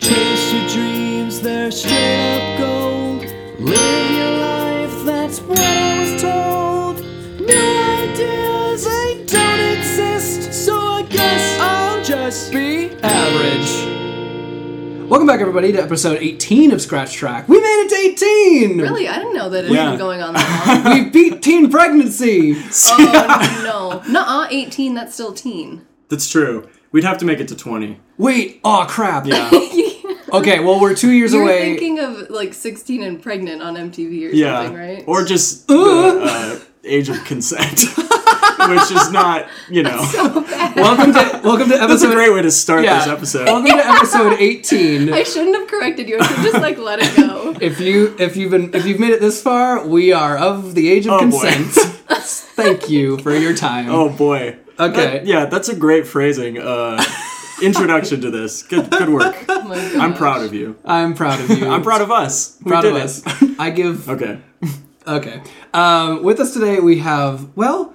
your dreams, they're straight up gold. Live your life, that's what I was told. New ideas, they don't exist, so I guess I'll just be average. Welcome back, everybody, to episode 18 of Scratch Track. We made it to 18! Really, I didn't know that it Yeah. had been going on that long. We beat teen pregnancy! oh no, nuh-uh, eighteen. That's still teen. That's true. We'd have to make it to 20. Wait, oh crap. Yeah. Okay, well, we're two years You're away. thinking of like sixteen and pregnant on MTV or yeah. something, right? Or just the uh, age of consent, which is not, you know. welcome to welcome to episode that's a great way to start yeah. Oh, this episode. Welcome to episode 18. I shouldn't have corrected you. I should just like let it go. if you if you've been if you've made it this far, we are of the age of Oh, boy. consent. Thank you for your time. Oh boy. Okay. That- yeah, that's a great phrasing. Uh, introduction to this. Good, good work. Oh my God. I'm proud of you. I'm proud of you. I'm proud of us. We proud did of it. us. I give Okay. okay. Um, with us today we have well,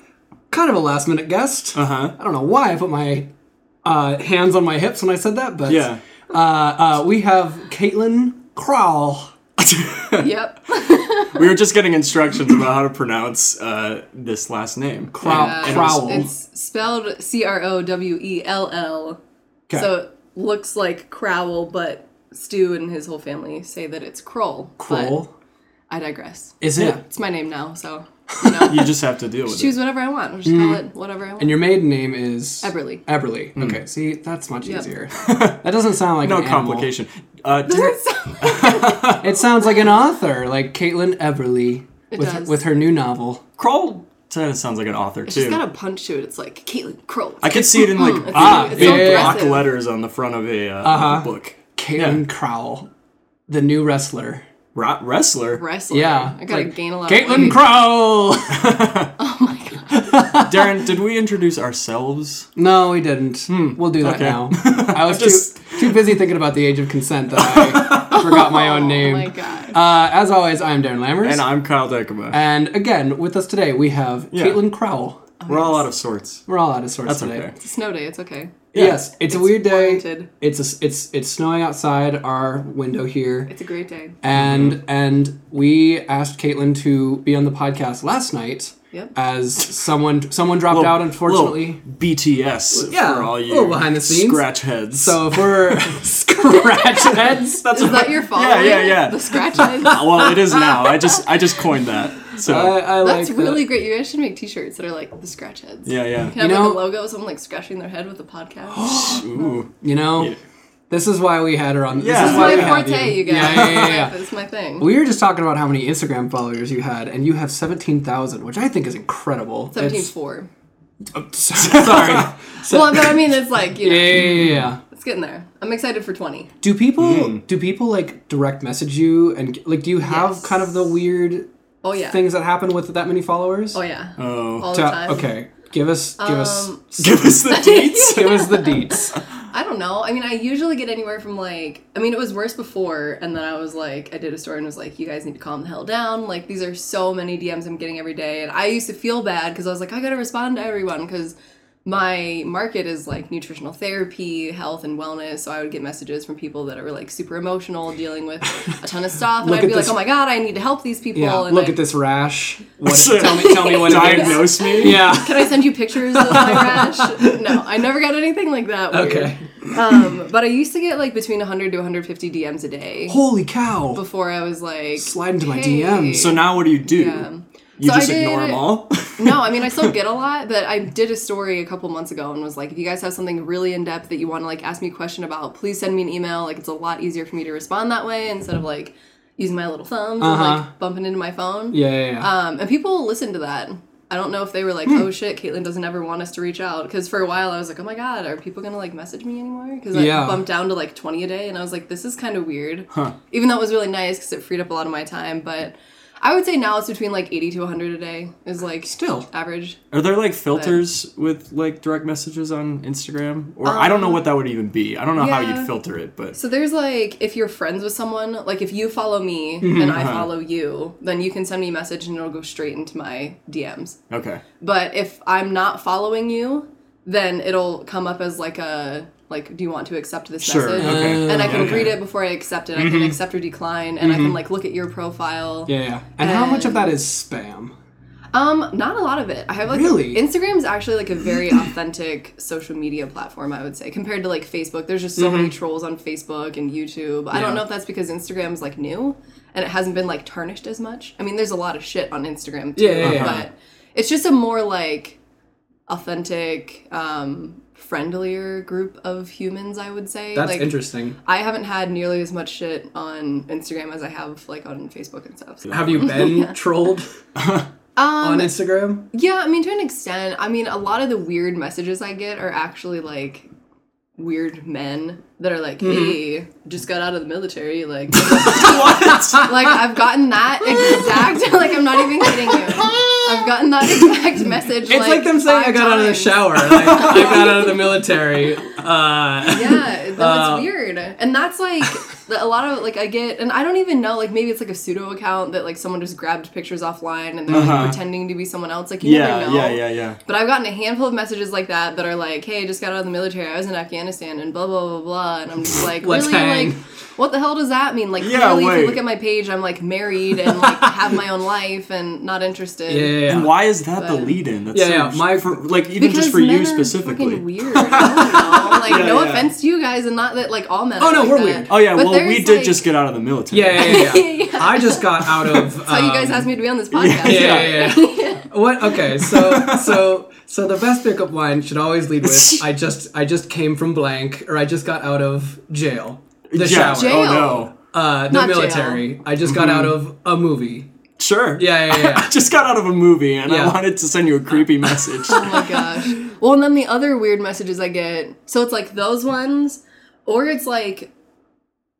kind of a last minute guest. Uh huh. I don't know why I put my uh, hands on my hips when I said that, but Yeah. uh, we have Caitlin Crowell. Yep. We were just getting instructions about how to pronounce uh, this last name. Crow- Uh, And it was- Crowell. It's spelled C R O W E L L. Okay. So it looks like crowl, but Stu and his whole family say that it's Kroll. but Crowell. I digress. Is it? It's my name now, so You just have to deal with choose it. whatever I want. I'll just call it whatever I want. And your maiden name is Eberly. Eberly. Okay, see, that's much Yep. easier. that doesn't sound like Hmm. No an animal. complication. Uh, dear- It sounds like an author, like Caitlin Eberly, It with does. with her new novel. Kroll kind of sounds like an author She's too. got a punch to it. It's like Caitlin Kroll. I could see it in like Ah, it's big yeah, yeah, block yeah. letters on the front of a, uh, Uh-huh. book. Caitlin Crowell, the new wrestler. Ra- wrestler. wrestler. Yeah, I gotta like, gain a lot. of Caitlin weight. Crowell. Darren, did we introduce ourselves? no, we didn't. We'll do that Hmm, Okay. now. I was Just- too too busy thinking about the age of consent that I forgot my own Oh name. my god. Uh, as always, I'm Darren Lammers, And I'm Kyle Dekema. And again with us today we have Yeah. Caitlin Crowell. We're all out of sorts. We're all out of sorts That's today. okay. It's a snow day. It's okay. Yes, it's, a weird day. warranted. It's a s it's it's snowing outside our window here, It's a great day. and and we asked Caitlin to be on the podcast last night. Yep. As someone someone dropped out, unfortunately. Little BTS Yeah, for all you little behind the scenes. scratch heads. So if we're scratch heads, that's Is that your fault? Yeah, yeah, yeah. The scratch head. That's Ah, well, it is now. I just I just coined that. So I, I like that. really great. You guys should make T-shirts that are like the scratch heads. yeah, yeah. Have You like know- a logo, someone like scratching their head with a podcast. Ooh, You know, Yeah. this is why we had her on. Yeah. This This is is why my we had forte, you. you, guys. Yeah, yeah, yeah, yeah. That's my thing. We were just talking about how many Instagram followers you had, and you have seventeen thousand, which I think is incredible. It's- Seventeen four. Sorry. yeah, Well, but I mean, it's like you know, yeah, yeah, yeah. it's getting there. I'm excited for twenty. Do people Hmm. do people like direct message you and like do you have Yes. kind of the weird Oh yeah. things that happen with that many followers? Oh yeah. oh. All Do- the time. Uh, Okay, give us give us Um, Give us the dates. give us the deets. I don't know. I mean, I usually get anywhere from like, I mean, it was worse before, and then I was like, I did a story and was like, you guys need to calm the hell down. Like, these are so many DMs I'm getting every day. And I used to feel bad because I was like, I gotta respond to everyone because my market is like nutritional therapy, health, and wellness. So I would get messages from people that are like super emotional, dealing with a ton of stuff. And Look I'd at be like, this- oh my God, I need to help these people. Yeah, and look I- at this rash. What, tell me tell me what it is. Diagnose me. Yeah. Can I send you pictures of my rash? No, I never got anything like that. Weird. Okay. Um, but I used to get like between 100 to 150 DMs a day Holy cow! before I was like Slide into my hey. DMs. So now what do you do? Yeah. You So I just did- ignore them all. no, I mean I still get a lot, but I did a story a couple months ago and was like, if you guys have something really in depth that you want to like ask me a question about, please send me an email. Like it's a lot easier for me to respond that way instead of like using my little thumbs and Uh-huh. like bumping into my phone. yeah, yeah, yeah. Um, and people listen to that. I don't know if they were Hmm. like, oh shit, Caitlyn doesn't ever want us to reach out. Because for a while I was like, oh my god, are people gonna like message me anymore? Because I Yeah. bumped down to like 20 a day and I was like, this is kind of weird. Even though it was really nice because it freed up a lot of my time. But I would say now it's between like 80 to 100 a day is like Still. average. Are there like filters with like direct messages on Instagram? Or I don't know what that would even be. I don't know how Um, yeah. you'd filter it, but So there's like if you're friends with someone, like if you follow me Mm-hmm, and uh-huh. I follow you, then you can send me a message and it'll go straight into my DMs. okay. But if I'm not following you, then it'll come up as like a like, do you want to accept this Sure. message? Okay. And I can Okay. Mm-hmm. read it before I accept it. I can accept or decline, and I can like look at your profile. Yeah, yeah. And how much of that is spam? Um, not a lot of it. I have like Really? Mm-hmm. Instagram is actually like a very authentic social media platform. I would say compared to like Facebook, there's just so many trolls on Facebook and YouTube. I Mm-hmm. Yeah. don't know if that's because Instagram's like new and it hasn't been like tarnished as much. I mean, there's a lot of shit on Instagram too, Yeah, yeah, yeah. but it's just a more like authentic, um, friendlier group of humans. I would say That's like, interesting. I haven't had nearly as much shit on Instagram as I have like on Facebook and stuff. so- Have you been trolled Um, on Instagram? Yeah, I mean, to an extent. I mean, a lot of the weird messages I get are actually like weird men that are like, Mm-hmm. "Hey, just got out of the military." Like, like I've gotten that exact. Like, I'm not even kidding you. I've gotten that exact message. It's like, them saying I five got out of the times." shower. Like, I got out of the military. Uh, Yeah, no, it's weird, and that's like the- a lot of like I get, and I don't even know. Like maybe it's like a pseudo account that like someone just grabbed pictures offline and they're like, Uh-huh. pretending to be someone else. Like you Yeah, never know. yeah, yeah, yeah. But I've gotten a handful of messages like that that are like, "Hey, just got out of the military. I was in Afghanistan and blah blah blah blah." And I'm just like, Let's really, hang. like, what the hell does that mean? Like, Yeah, clearly, if wait. you look at my page, I'm like married and like have my own life and not interested. yeah, yeah, And yeah. why is that the But- lead in? That's Yeah, so yeah, sh- my- for, like even Because just for men you are specifically. fucking weird. I don't know. Like, Yeah, no yeah. offense to you guys, and not that like all men. Oh, are no, like we're that. weird. Oh yeah, But well we there's, did like- just get out of the military. yeah, yeah, yeah. Yeah. I just got out of. That's how you guys um, asked me to be on this podcast. Yeah, yeah, yeah. what? Okay, so so so the best pickup line should always lead with "I just I just came from blank" or "I just got out of jail." The Yeah, shower. Jail. Oh no. Uh, the Not jail. Mm-hmm. military. I just got out of a movie. Sure. Yeah, yeah, yeah. I just got out of a movie and Yeah. I wanted to send you a creepy message. Oh my gosh. Well, and then the other weird messages I get. So it's like those ones, or it's like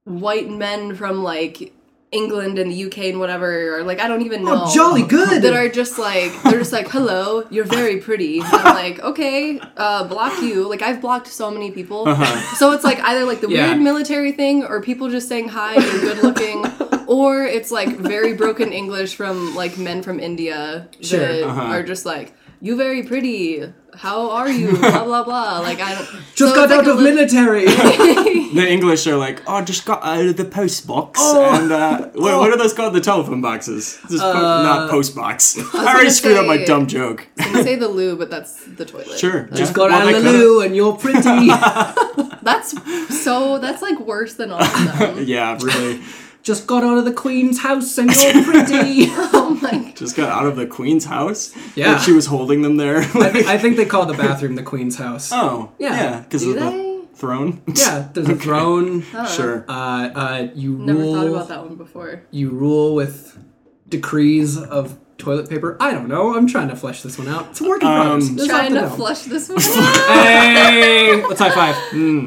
white men from like England and the UK and whatever, or like I don't even know. Oh, jolly good. That are just like they're just like hello, you're very pretty. And I'm like okay, uh, block you. Like I've blocked so many people, so it's like either like the Uh-huh. Yeah. weird military thing, or people just saying hi, you're good looking, or it's like very broken English from like men from India Sure, that uh-huh. are just like you very pretty. How are you? blah blah blah. Like I don't just so got it's, like, out a of lit- military. the English are like, oh, just got out of the post box. And uh, what, what are those called? The telephone boxes. This is po- not post box. I, already gonna screwed up my say- dumb joke. They say the loo, but that's the toilet. Sure. just yeah. got Well, out that of the could've- loo, and you're pretty. That's so. That's like worse than all of them. Yeah, really. just got out of the queen's house, and you're pretty. oh my. God. Just got out of the queen's house. Yeah. Like she was holding them there. I, think, I think they call the bathroom the queen's house. oh. Yeah. Yeah. Because Do of they? the throne. Yeah, there's a throne. sure. Uh, uh, you Oh. Never rule. thought about that one before. you rule with decrees of toilet paper. I don't know. I'm trying to flesh this one out. It's a work in progress. There's Trying nothing to else. flush this one. out. Hey, let's high five.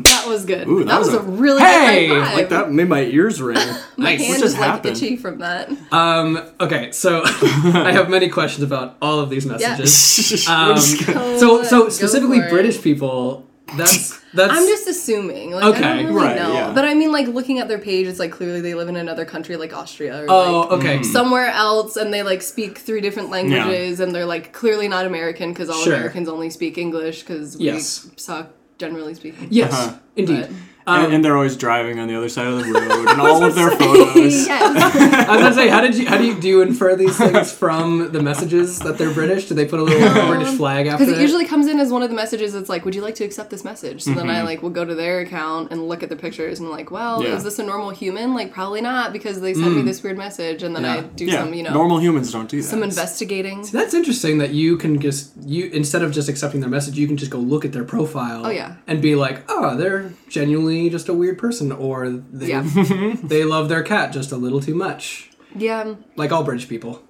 that was good. Ooh, that, was, a really Hey! good high five. like that made my ears ring. My Nice. hand What just is like happened? itchy from that. Um, okay, so I have many questions about all of these messages. We're just gonna- So, Go so for specifically it. British people. That's that's. I'm just assuming. Like, I Okay, don't really right, know. yeah. But I mean, like looking at their page, it's like clearly they live in another country, like Austria or like Oh, okay. So, somewhere else, and they like speak three different languages, and they're like clearly not American because all Sure. Americans only speak English because Yes. we suck generally speaking. yes, Uh-huh. indeed. and, and they're always driving on the other side of the road, and all of their photos. yes. I was gonna say, how did you how do you do you infer these things from the messages that they're British? Do they put a little British flag after Because it it? usually comes in as one of the messages that's like, would you like to accept this message? So then I like will go to their account and look at the pictures and like, well, Yeah. is this a normal human? Like probably not because they sent me this weird message and then I Yeah. do Yeah, some, you know, normal humans don't do that. some investigating. That's interesting that you can just you instead of just accepting their message, you can just go look at their profile. Oh, yeah. And be like, oh, they're genuinely just a weird person, or they Yeah. they love their cat just a little too much, Yeah. like all British people.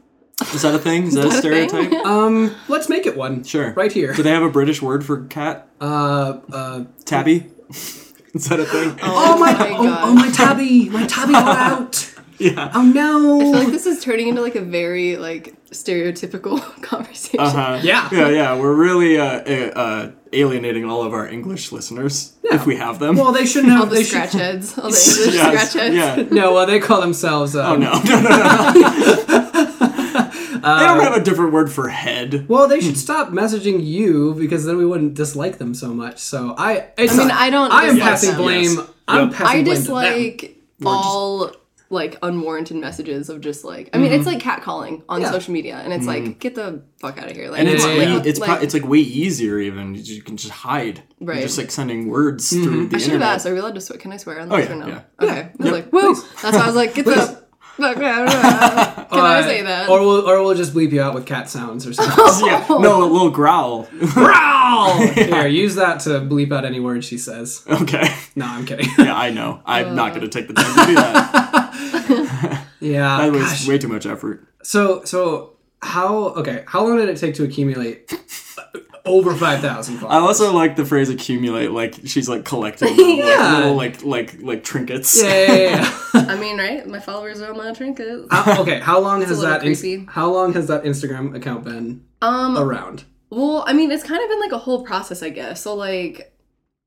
Is that a thing? Is that a that a thing? stereotype? Um, let's make it one. Sure. Right here. Do they have a British word for cat? Uh, uh. Tabby? Is that a thing? Oh, my, Oh, oh my tabby, my tabby all out. Yeah. Oh no. I feel like this is turning into like a very like stereotypical conversation. Uh-huh. Yeah. Yeah, yeah. We're really uh, uh, uh, alienating all of our English listeners if we have them. well, they shouldn't All have. the They should. scratch heads, all the English Yes, scratch heads. Yeah. No, well, they call themselves. Um, Oh, no. No, no, no. they don't have a different word for head. Uh, Well, they Hmm. should stop messaging you because then we wouldn't dislike them so much. So I, it's I mean, not- I don't I am dislike passing them. blame. Yes. I'm Yep. passing I blame. to them. dislike all like unwarranted messages of just like I mean it's Mm-hmm. like catcalling on Yeah. social media and it's like get the fuck out of here like And it's like, yeah. it's pro- it's like way easier even. You can just hide. You're Right. just like sending words Mm-hmm. through the I should have internet. Oh, asked are we allowed to swear can I swear on this yeah, or no yeah. okay I was like woo that's why I was like get the fuck out of here. can I Uh, say that Or we'll, or we'll just bleep you out with cat sounds or something. yeah, no, a little growl. Growl! Here, use that to bleep out any word she says. okay. No, I'm kidding. Yeah, I know. I'm not Uh. going to take the time to do that. yeah. That was gosh. way too much effort. So so how okay? How long did it take to accumulate over five thousand? I also like the phrase accumulate. Like she's like collecting them, like, Yeah. little like like like trinkets. yeah, yeah, yeah, yeah. I mean right my followers are my trinkets How- okay, how long has little that? ins- creepy. how long has that Instagram account been um around? Well, I mean, it's kind of been like a whole process, I guess. So, like,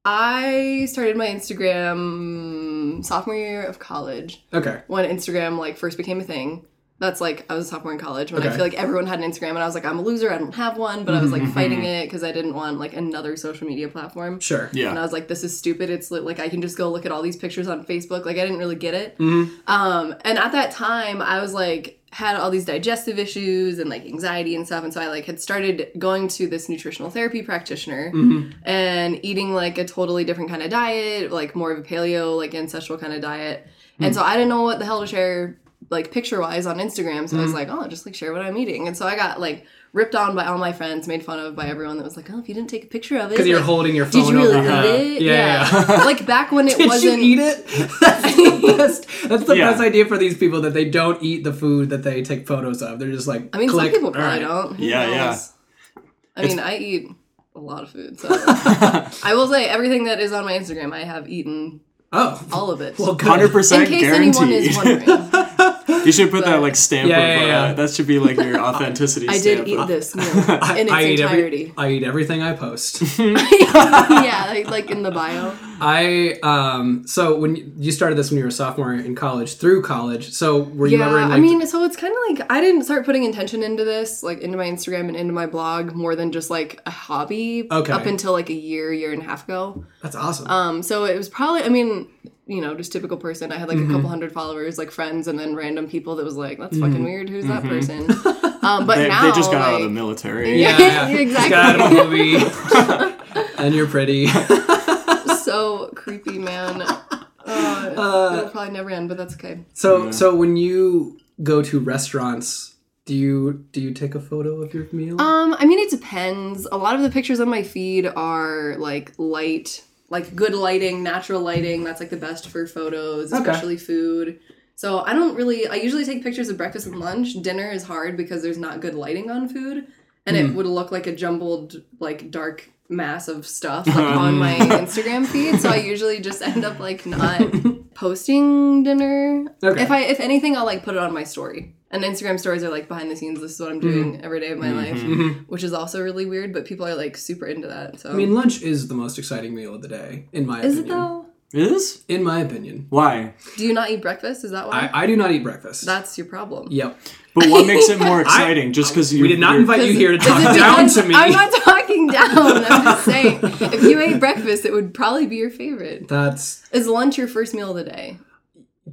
I started my Instagram sophomore year of college Okay, when Instagram like first became a thing. That's like I was a sophomore in college when I Okay. feel like everyone had an Instagram, and I was like, I'm a loser, I don't have one, but I was like fighting it because I didn't want like another social media platform. sure. Yeah. And I was like, this is stupid. It's li- like I can just go look at all these pictures on Facebook. Like I didn't really get it. Um, and at that time, I was like had all these digestive issues and like anxiety and stuff. And so I like had started going to this nutritional therapy practitioner and eating like a totally different kind of diet, like more of a paleo, like ancestral kind of diet. And so I didn't know what the hell to share like picture wise on Instagram. So I was like, oh, just like share what I'm eating. And so I got like ripped on by all my friends, made fun of by everyone that was like, oh, if you didn't take a picture of it, Because you're like, holding your phone. did you really over her. eat it? Yeah. like back when it Did wasn't. you eat it? That's the best. That's the Yeah. best idea for these people that they don't eat the food that they take photos of. They're just like, I mean, click, some people all probably right. don't. Who Yeah, yeah. knows? I mean, I eat a lot of food, so I will say everything that is on my Instagram, I have eaten Oh, all of it. well, good. Hundred in percent case anyone guaranteed. is wondering, you should put that like stamp. Yeah, of, yeah, yeah. Uh, that should be like your authenticity. I stamp did eat of- this meal in its I eat every, entirety. I eat everything I post. yeah, like, like in the bio. I um so when you- you started this when you were a sophomore in college through college, so were you Yeah, ever in like I mean, so it's kind of like I didn't start putting intention into this, like into my Instagram and into my blog, more than just like a hobby. Okay. Up until like a year, year and a half ago. that's awesome. Um, so it was probably, I mean, you know, just typical person. I had like a Mm-hmm. couple hundred followers, like friends, and then random people that was like, that's fucking weird. Who's that person? Um, but Mm-hmm. They, now they just got out of like- the military. yeah, yeah. Just exactly. got out of a movie. and you're pretty. So creepy, man. Uh, Uh, it'll probably never end, but that's okay. So so when you go to restaurants, do you do you take a photo of your meal? Um, I mean, it depends. A lot of the pictures on my feed are like light, like good lighting, natural lighting. That's like the best for photos, Okay. especially food. So I don't really. I usually take pictures of breakfast and lunch. Dinner is hard because there's not good lighting on food, and Hmm. it would look like a jumbled, like dark mass of stuff like on my Instagram feed. So I usually just end up like not posting dinner. Okay. If I if anything, I'll like put it on my story. And Instagram stories are like behind the scenes. This is what I'm doing Mm-hmm. every day of my life, which is also really weird. But people are like super into that. So I mean, lunch is the most exciting meal of the day, in my is it opinion. though? Is In my opinion, why? Do you not eat breakfast? Is that why? I, I do not eat breakfast. That's your problem. yep. But what makes it more exciting? just because you We did not you're- invite you here to talk Is it down because- to me. I'm not talking down. I'm just saying, if you ate breakfast, it would probably be your favorite. That's Is lunch your first meal of the day?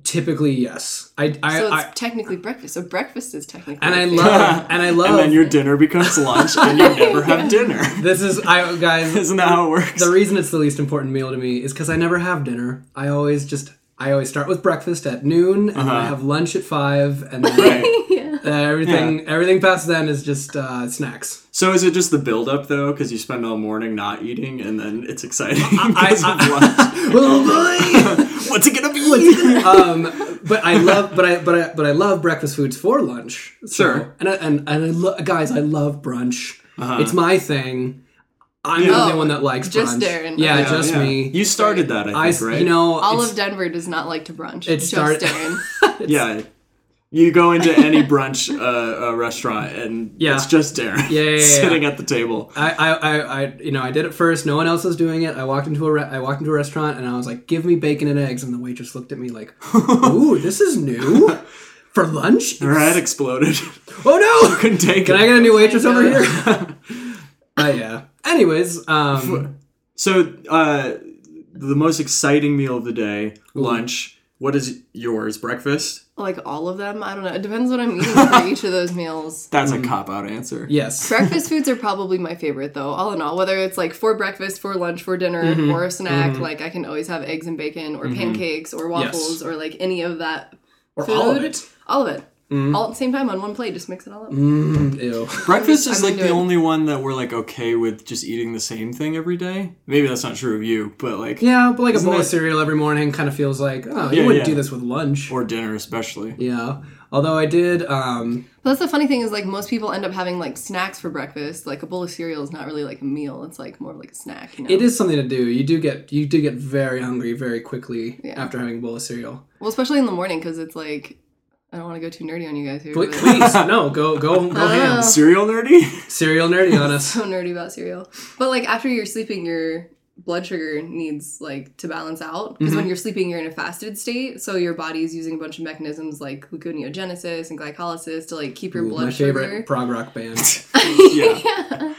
typically yes. I I, So it's I technically breakfast. So breakfast is technically. and I your love and I love And then your dinner becomes lunch, and you never have dinner. This is I guys. Isn't that how it works? The reason it's the least important meal to me is because I never have dinner. I always just I always start with breakfast at noon, and then I have lunch at five, and then Uh-huh. Right. favorite. uh, everything everything past then is just uh, snacks. So is it just the buildup though? Because you spend all morning not eating, and then it's exciting. because of lunch. Oh What's it gonna be? boy! um, but I love but I but I but I love breakfast foods for lunch. So- Sure. Uh-huh. and I, and and I lo- guys, I love brunch. It's my thing. I'm the Yeah. only Oh, one that likes just brunch. Darren. Yeah, Yeah, just Yeah. me. You started that, I I think, right? you know All it's- of Denver does not like to brunch. It It's start- just Darren. yeah. You go into any brunch uh, uh, restaurant, and Yeah. it's just Darren yeah, yeah, Uh, yeah. sitting at the table. I, I, I, I, you know, I did it first. No one else was doing it. I walked into a, re- I walked into a restaurant and I was like, "Give me bacon and eggs," and the waitress looked at me like, "Ooh, this is new." for lunch. Her head exploded. Oh no! Couldn't take Can it. I get a new waitress I over know. here? uh, yeah. Anyways, um, So, uh, the most exciting meal of the day, lunch. What is yours? Breakfast? Like all of them? I don't know. It depends what I'm eating for each of those meals. That's a cop out answer. yes. Breakfast foods are probably my favorite though, all in all. Whether it's like for breakfast, for lunch, for dinner, Mm-hmm. or a snack, like I can always have eggs and bacon or pancakes or waffles or like any of that. Or Food. all of it. Mm-hmm. All of it. All at the same time on one plate, just mix it all up. Mm, ew. Breakfast I'm is like into the it. only one that we're like okay with just eating the same thing every day. Maybe that's not true of you, but like Yeah, but like a Isn't bowl of that- cereal every morning kind of feels like, oh, you Yeah, wouldn't yeah. do this with lunch. or dinner especially. yeah. Although I did, um, But that's the funny thing is like most people end up having like snacks for breakfast. Like a bowl of cereal is not really like a meal. It's like more of like a snack. You know? it is something to do. You do get you do get very hungry very quickly Yeah. after having a bowl of cereal. Well, especially in the morning because it's like I don't want to go too nerdy on you guys here. But but- please, no, go go Uh-huh. go ham. Cereal nerdy? Cereal nerdy on us. so nerdy about cereal. But like after you're sleeping, your blood sugar needs like to balance out because Mm-hmm. when you're sleeping, you're in a fasted state, so your body is using a bunch of mechanisms like gluconeogenesis and glycolysis to like keep your Ooh, blood my sugar. favorite prog rock band. yeah.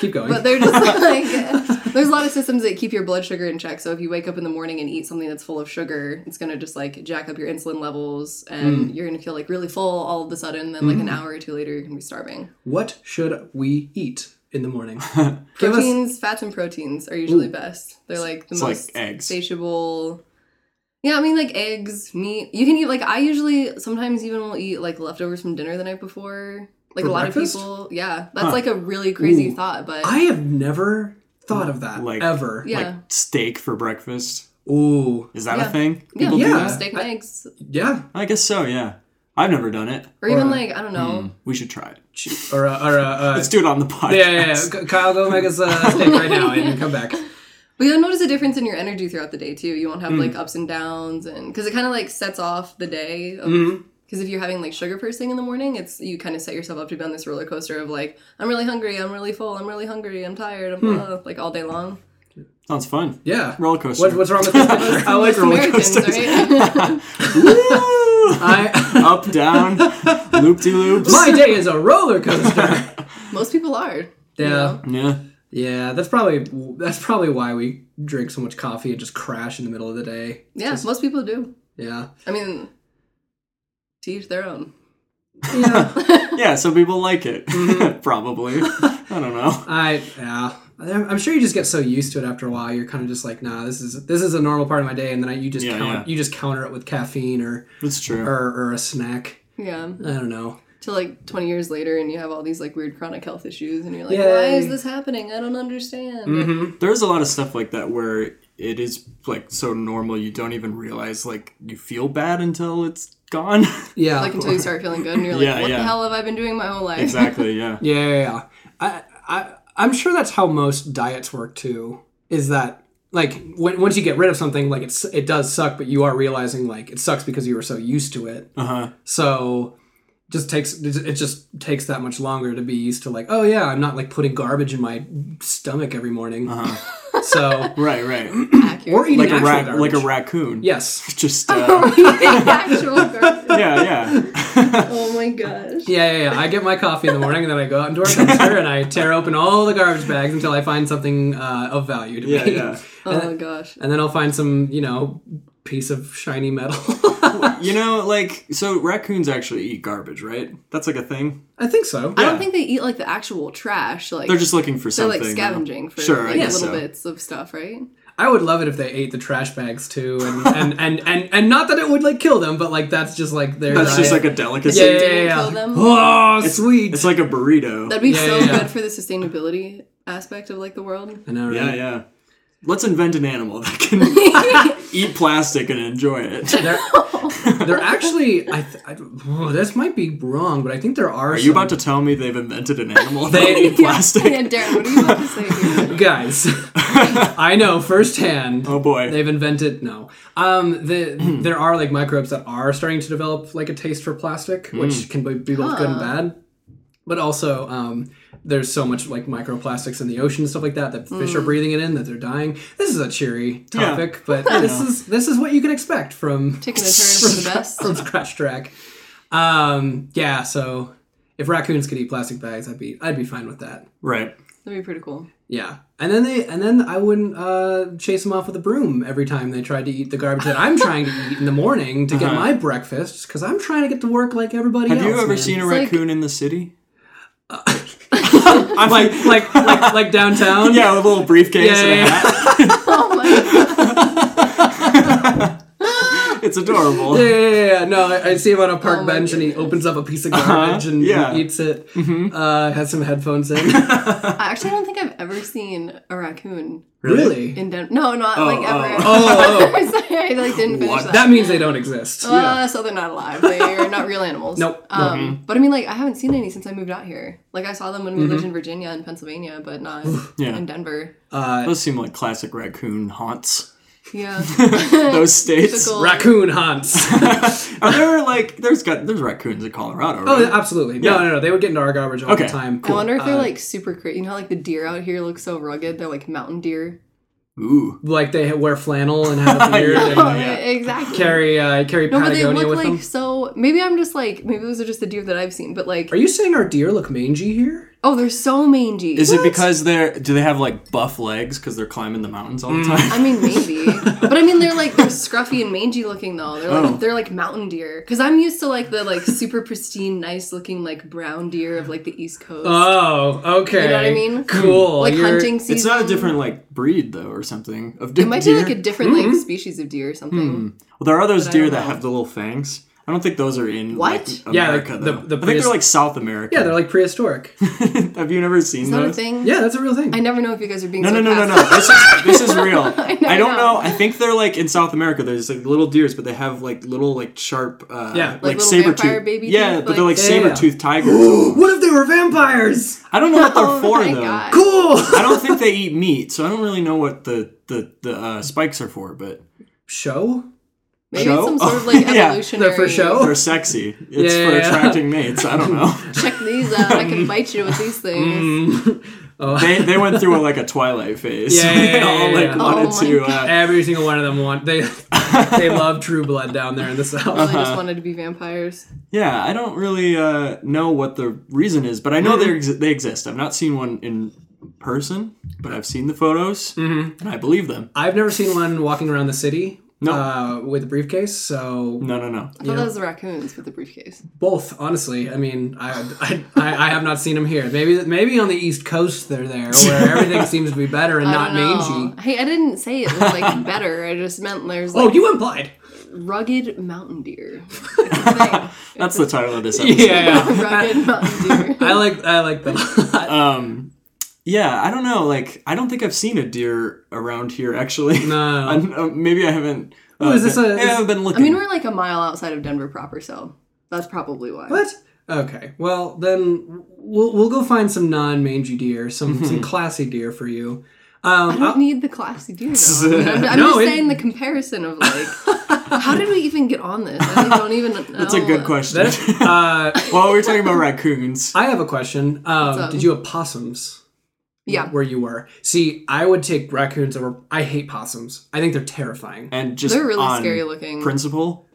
Keep going. But they're just like there's a lot of systems that keep your blood sugar in check. So if you wake up in the morning and eat something that's full of sugar, it's gonna just like jack up your insulin levels, Mm. and you're gonna feel like really full all of a sudden. Mm-hmm. Then like an hour or two later, you're gonna be starving. what should we eat in the morning? Give us Proteins, fats, and proteins are usually best. They're like the It's like most eggs. satiable. Yeah, I mean like eggs, meat. You can eat like I usually sometimes even will eat like leftovers from dinner the night before. Like For a lot breakfast? of people, yeah, that's like a really crazy thought. But I have never thought of that Like- ever. yeah, Like steak for breakfast. Ooh. Is that Yeah. a thing? yeah, People do Yeah. that? steak and eggs, Yeah. I guess so, yeah. I've never done it. or even Or- like I don't know. We should try it. Ch- Or uh, or uh, uh, Let's do it on the podcast. yeah, yeah, yeah. K- Kyle, go make us a steak right now and come back. But you'll notice a difference in your energy throughout the day too. You won't have Hmm. like ups and downs, and because it kind of like sets off the day. Because Mm-hmm. if you're having like sugar first thing in the morning, it's you kind of set yourself up to be on this roller coaster of like I'm really hungry, I'm really full, I'm really hungry, I'm tired, I'm Hmm. blah, like all day long. Sounds fun. Yeah. Roller coaster. What, what's wrong with this picture? I like Roller Americans, coasters. right? Woo! I, Up, down, loop de loops. my day is a roller coaster. Most people are. Yeah. Yeah. Yeah, that's probably that's probably why we drink so much coffee and just crash in the middle of the day. Yeah, most people do. Yeah. I mean, to each their own. Yeah. Yeah, so people like it. Mm-hmm. Probably. I don't know. I yeah. I'm I'm sure you just get so used to it after a while. You're kind of just like, nah, this is this is a normal part of my day, and then I, you just Yeah, count, yeah. you just counter it with caffeine or, It's true. or or a snack. Yeah. I don't know. Till like 20 years later, and you have all these like weird chronic health issues, and you're like, why Yay. is this happening? I don't understand. There's a lot of stuff like that where it is like so normal you don't even realize like you feel bad until it's gone. Yeah. like until you start feeling good and you're like, Yeah, what the yeah. hell have I been doing my whole life? exactly, yeah. yeah, yeah, yeah. I I I'm sure that's how most diets work too. Is that like when, once you get rid of something, like it's it does suck, but you are realizing like it sucks because you were so used to it. Uh-huh. So just takes it just takes that much longer to be used to like oh yeah I'm not like putting garbage in my stomach every morning. So Right, right. Accurate. or eating Uh-huh. Like a actual ra- garbage. like a raccoon. yes Just uh, actual garbage. yeah, yeah. Oh my gosh. yeah yeah yeah I get my coffee in the morning and then I go out into our dumpster and I tear open all the garbage bags until I find something uh, of value to Yeah, me. yeah. Oh gosh. and then I'll find some, you know, piece of shiny metal. You know, like so raccoons actually eat garbage, right? That's like a thing. I think so. I don't think they eat like the actual trash. Like They're just looking for they're something. like scavenging for Sure, I like, guess little so. bits of stuff, right? I would love it if they ate the trash bags too, and and and and, and not that it would like kill them, but like that's just like their. That's just diet. like a delicacy. yeah, yeah, yeah, Didn't yeah. kill them. Oh, sweet. It's like a burrito. That'd be Yeah, so yeah, yeah. good for the sustainability aspect of like the world. I know, right? yeah, yeah. Let's invent an animal that can eat plastic and enjoy it. They're, they're actually. I, th- I oh, this might be wrong, but I think there are. Are you about to tell me they've invented an animal that They- will eat plastic? Yeah, Darren, what are you about to say? Here? guys? I know firsthand. Oh boy. They've invented no. Um, the there are like microbes that are starting to develop like a taste for plastic, which can be, be both good and bad. But also, um, there's so much like microplastics in the ocean and stuff like that that fish are breathing it in that they're dying. This is a cheery Yeah. topic, but this is this is what you can expect from Taking a turn for the best. from Scratch Track. Um, yeah, so if raccoons could eat plastic bags, I'd be I'd be fine with that. Right. That'd be pretty cool. Yeah. And then they and then I wouldn't uh, chase them off with a broom every time they tried to eat the garbage that I'm trying to eat in the morning to get my breakfast because I'm trying to get to work like everybody Uh-huh. Have else. you ever man. seen a It's like- raccoon in the city? Uh, I'm like like like like downtown? Yeah, with a little briefcase Yeah, and yeah, a hat. Oh my It's adorable. Yeah, yeah, yeah, yeah. No, I, I see him on a park Oh my bench and he goodness. opens up a piece of garbage and Uh-huh. yeah. Mm-hmm. eats it. Uh, has some headphones in. I actually don't think I've ever seen a raccoon really? in Denver. No, not like ever. Oh, I like didn't finish What? that. that means they don't exist. Uh, So they're not alive. They're not real animals. Nope. Um, But I mean, like, I haven't seen any since I moved out here. Like, I saw them when we Mm-hmm. lived in Virginia and Pennsylvania, but not Yeah. in Denver. Uh, Those seem like classic raccoon haunts. Yeah. Those states. Typical- Raccoon hunts. Are there like there's got there's raccoons in Colorado, oh, right? absolutely. No, Yeah. no, no. They would get into our garbage all Okay. the time. I wonder if Uh. they're like super crazy. You know, how, like the deer out here look so rugged. They're like mountain deer. Ooh. like they wear flannel and have a beard Oh, and yeah. Exactly. carry uh, carry no, but they Patagonia look with like them. so. Maybe I'm just like maybe those are just the deer that I've seen, but like Are you saying our deer look mangy here? oh, they're so mangy. Is it because they're do they have like buff legs because they're climbing the mountains all the time? I mean, maybe, but I mean, they're like they're scruffy and mangy looking though. They're like Oh. they're like mountain deer. Because I'm used to like the like super pristine, nice looking like brown deer of like the East Coast. Oh, okay. you know what I mean? Cool. Like You're- hunting season. Uh, It's not a different like breed though or something of It might deer. be Mm-hmm. Hmm. like a different like species of deer or something. well, there are those I deer don't that know. have the little fangs. I don't think those are in What? Like, Yeah, America like, the- the though. I think biggest- they're like South America. Yeah, they're like prehistoric. like Have you never seen Is that a those? thing? yeah, that's a real thing. I never know if you guys are being No, no, no, no, sarcastic. no. This is this is real. I, know, I don't know. know. I think they're like in South America. There's like little deers, but they have like little like sharp, uh, Yeah. Like like, little saber vampire tooth. baby yeah, teeth, but they're like like- Yeah, yeah, yeah. saber toothed tigers. what if they were vampires? I don't know what they're Oh for my though. God. Cool. I don't think they eat meat, so I don't really know what the the the uh, spikes are for, but Show. Maybe Show? it's some sort of like Yeah. They're for evolutionary. show? they're sexy. It's Yeah, for yeah, yeah. attracting mates. I don't know. Check these out. I can bite you with these Mm-hmm. things. Oh, they they went through like a twilight phase. Yeah, yeah, they yeah, all yeah, yeah. like wanted Oh my to. Uh, Every single one of them want they they love True Blood down there in the south. Well, I Uh-huh. just wanted to be vampires. Yeah, I don't really uh, know what the reason is, but I know Mm-hmm. they ex- they exist. I've not seen one in person, but I've seen the photos, Mm-hmm. and I believe them. I've never seen one walking around the city No. uh, with a briefcase. So No, no, no. I thought that was the raccoons with the briefcase. both, honestly, I mean, I, I, I, I have not seen them here. Maybe maybe on the East Coast they're there, where everything seems to be better and I not don't know. mangy. Hey, I didn't say it was like better. I just meant there's like Oh, you implied. rugged mountain deer. It's a thing. That's the title of this episode. Yeah. rugged mountain deer. I like I like that. Um, yeah, I don't know. Like, I don't think I've seen a deer around here actually. No. I'm- uh, maybe I haven't. Uh, is this been- a- I is- haven't been I looking. mean, we're like a mile outside of Denver proper, so that's probably why. what? Okay. Well, then we'll we'll go find some non mangy deer, some some classy deer for you. I don't need the classy deer. Though. I mean, I'm, I'm No, just it- saying the comparison of like, how did we even get on this? I like, don't even. Know. That's a good question. Uh, well, we're talking about raccoons. I have a question. Um, up? did you have possums? Yeah. Where you were. See, I would take raccoons over. I hate possums. I think they're terrifying. And just They're really on scary looking. Principle.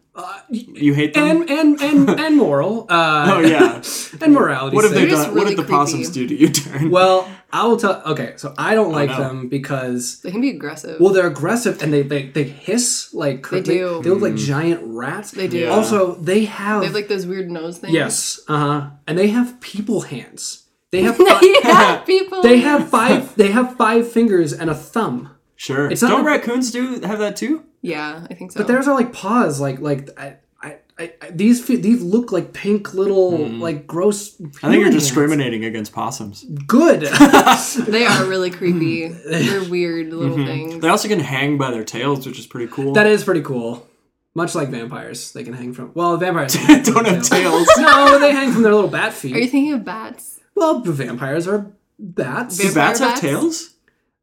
you hate them. Uh, And and and and moral. Uh, oh yeah. And morality. What have they They're just done? what really did the creepy. possums do to you, Darren? Well, I will tell. Okay, so I don't like Oh, no. them because They can be aggressive. Well, they're aggressive and they they, they hiss like they, do. They look like Mm. giant rats. They do. Yeah. Also, they have, they have like those weird nose things. yes, uh huh, and they have people hands. They have they fi- have people. they have five they have five fingers and a thumb. Sure. not Don't like- raccoons do have that too? Yeah, I think so. But theirs are like paws, like like I, I, I, I- these fe- these look like pink little like gross. Mm. I think you're human hands. discriminating against possums. Good. They are really creepy. Mm. They're weird little Mm-hmm. things. They also can hang by their tails, which is pretty cool. that is pretty cool. Much like vampires, they can hang from. Well, vampires don't have tails. No, they hang from their little bat feet. Are you thinking of bats? Well, b- vampires are bats. do Vamp- bats have bats? tails?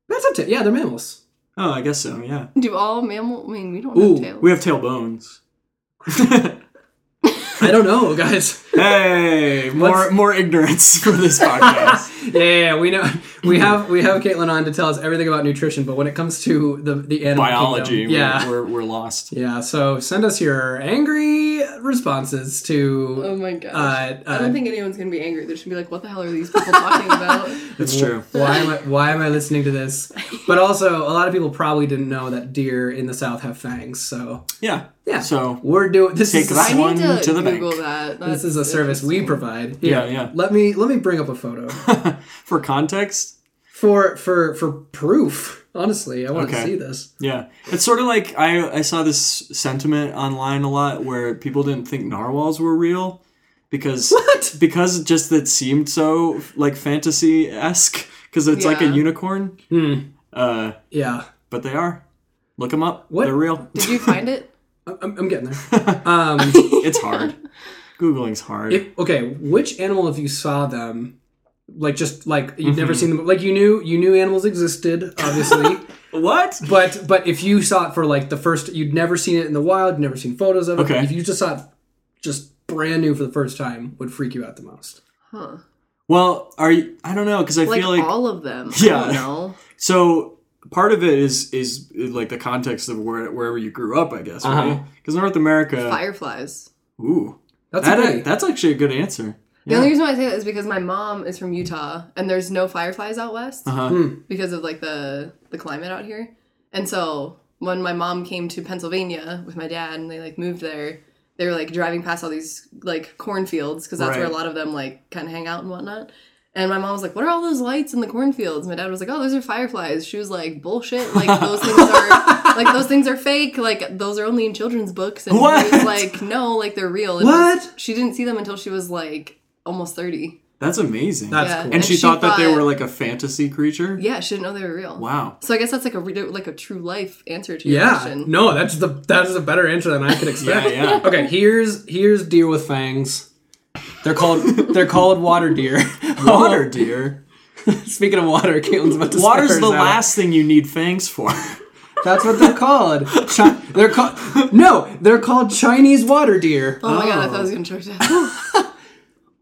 bats have ta- yeah, they're mammals. Oh, I guess so. Yeah. Do all mammal? I mean, we don't Ooh, have tails. We have tail bones. I don't know, guys. Hey, more What's- more ignorance for this podcast. yeah, yeah, yeah, we know we have we have Caitlin on to tell us everything about nutrition, but when it comes to the the animal Biology. kingdom, yeah, We're, we're, we're lost. yeah. So send us your angry responses to. Oh my gosh. Uh, I uh, don't think anyone's gonna be angry. They're just gonna be like, what the hell are these people talking about? It's true. Why am I why am I listening to this? But also, a lot of people probably didn't know that deer in the South have fangs. So Yeah. yeah, So we're doing this. Take is that I need one to, to the bank. Google that. this is a service we provide. Yeah, Here, yeah. Let me let me bring up a photo for context, for for for proof. Honestly, I want Okay. to see this. yeah, it's sort of like I I saw this sentiment online a lot where people didn't think narwhals were real because What? because just that seemed so like fantasy esque because it's like a Yeah. unicorn. Hmm. Uh, Yeah, but they are. Look them up. What? They're real. Did you find it? I- I'm, I'm getting there. Um, It's hard. Googling's hard. if, okay, which animal if you saw them? Like just like you've never Mm-hmm. seen them. Like you knew you knew animals existed, obviously. what? But but if you saw it for like the first, you'd never seen it in the wild, never seen photos of it. Okay. If you just saw it, just brand new for the first time, would freak you out the most. Huh. Well, are you, I don't know because I Like, feel like all of them. Yeah. I don't know. So part of it is is like the context of where wherever you grew up, I guess, right? Uh-huh. Because North America, Fireflies. ooh, That's that- uh, okay. that's actually a good answer. The only reason why I say that is because my mom is from Utah and there's no fireflies out west Uh-huh. because of like the the climate out here. And so when my mom came to Pennsylvania with my dad and they like moved there, they were like driving past all these like cornfields because that's where a Right. lot of them like kind of hang out and whatnot. And my mom was like, "What are all those lights in the cornfields?" My dad was like, "Oh, those are fireflies." She was like, "Bullshit! Like those things are like those things are fake. Like those are only in children's books." And he What? was like, "No, like they're real." And What? She didn't see them until she was like almost thirty. That's amazing. That's yeah. cool. and, she, thought that they thought- were like a fantasy creature. Yeah, she didn't know they were real. Wow. So I guess that's like a re- like a true life answer to your yeah. question. No, that's the that is a better answer than I could Yeah, expect. yeah. Okay, here's here's deer with fangs. They're called they're called water deer. Water deer. Speaking of water, Caitlin's about to. Water's spit the hers out. last thing you need fangs for. That's what they're called. Chi- they're called no. They're called Chinese water deer. Oh, my god, I thought I was gonna choke to death.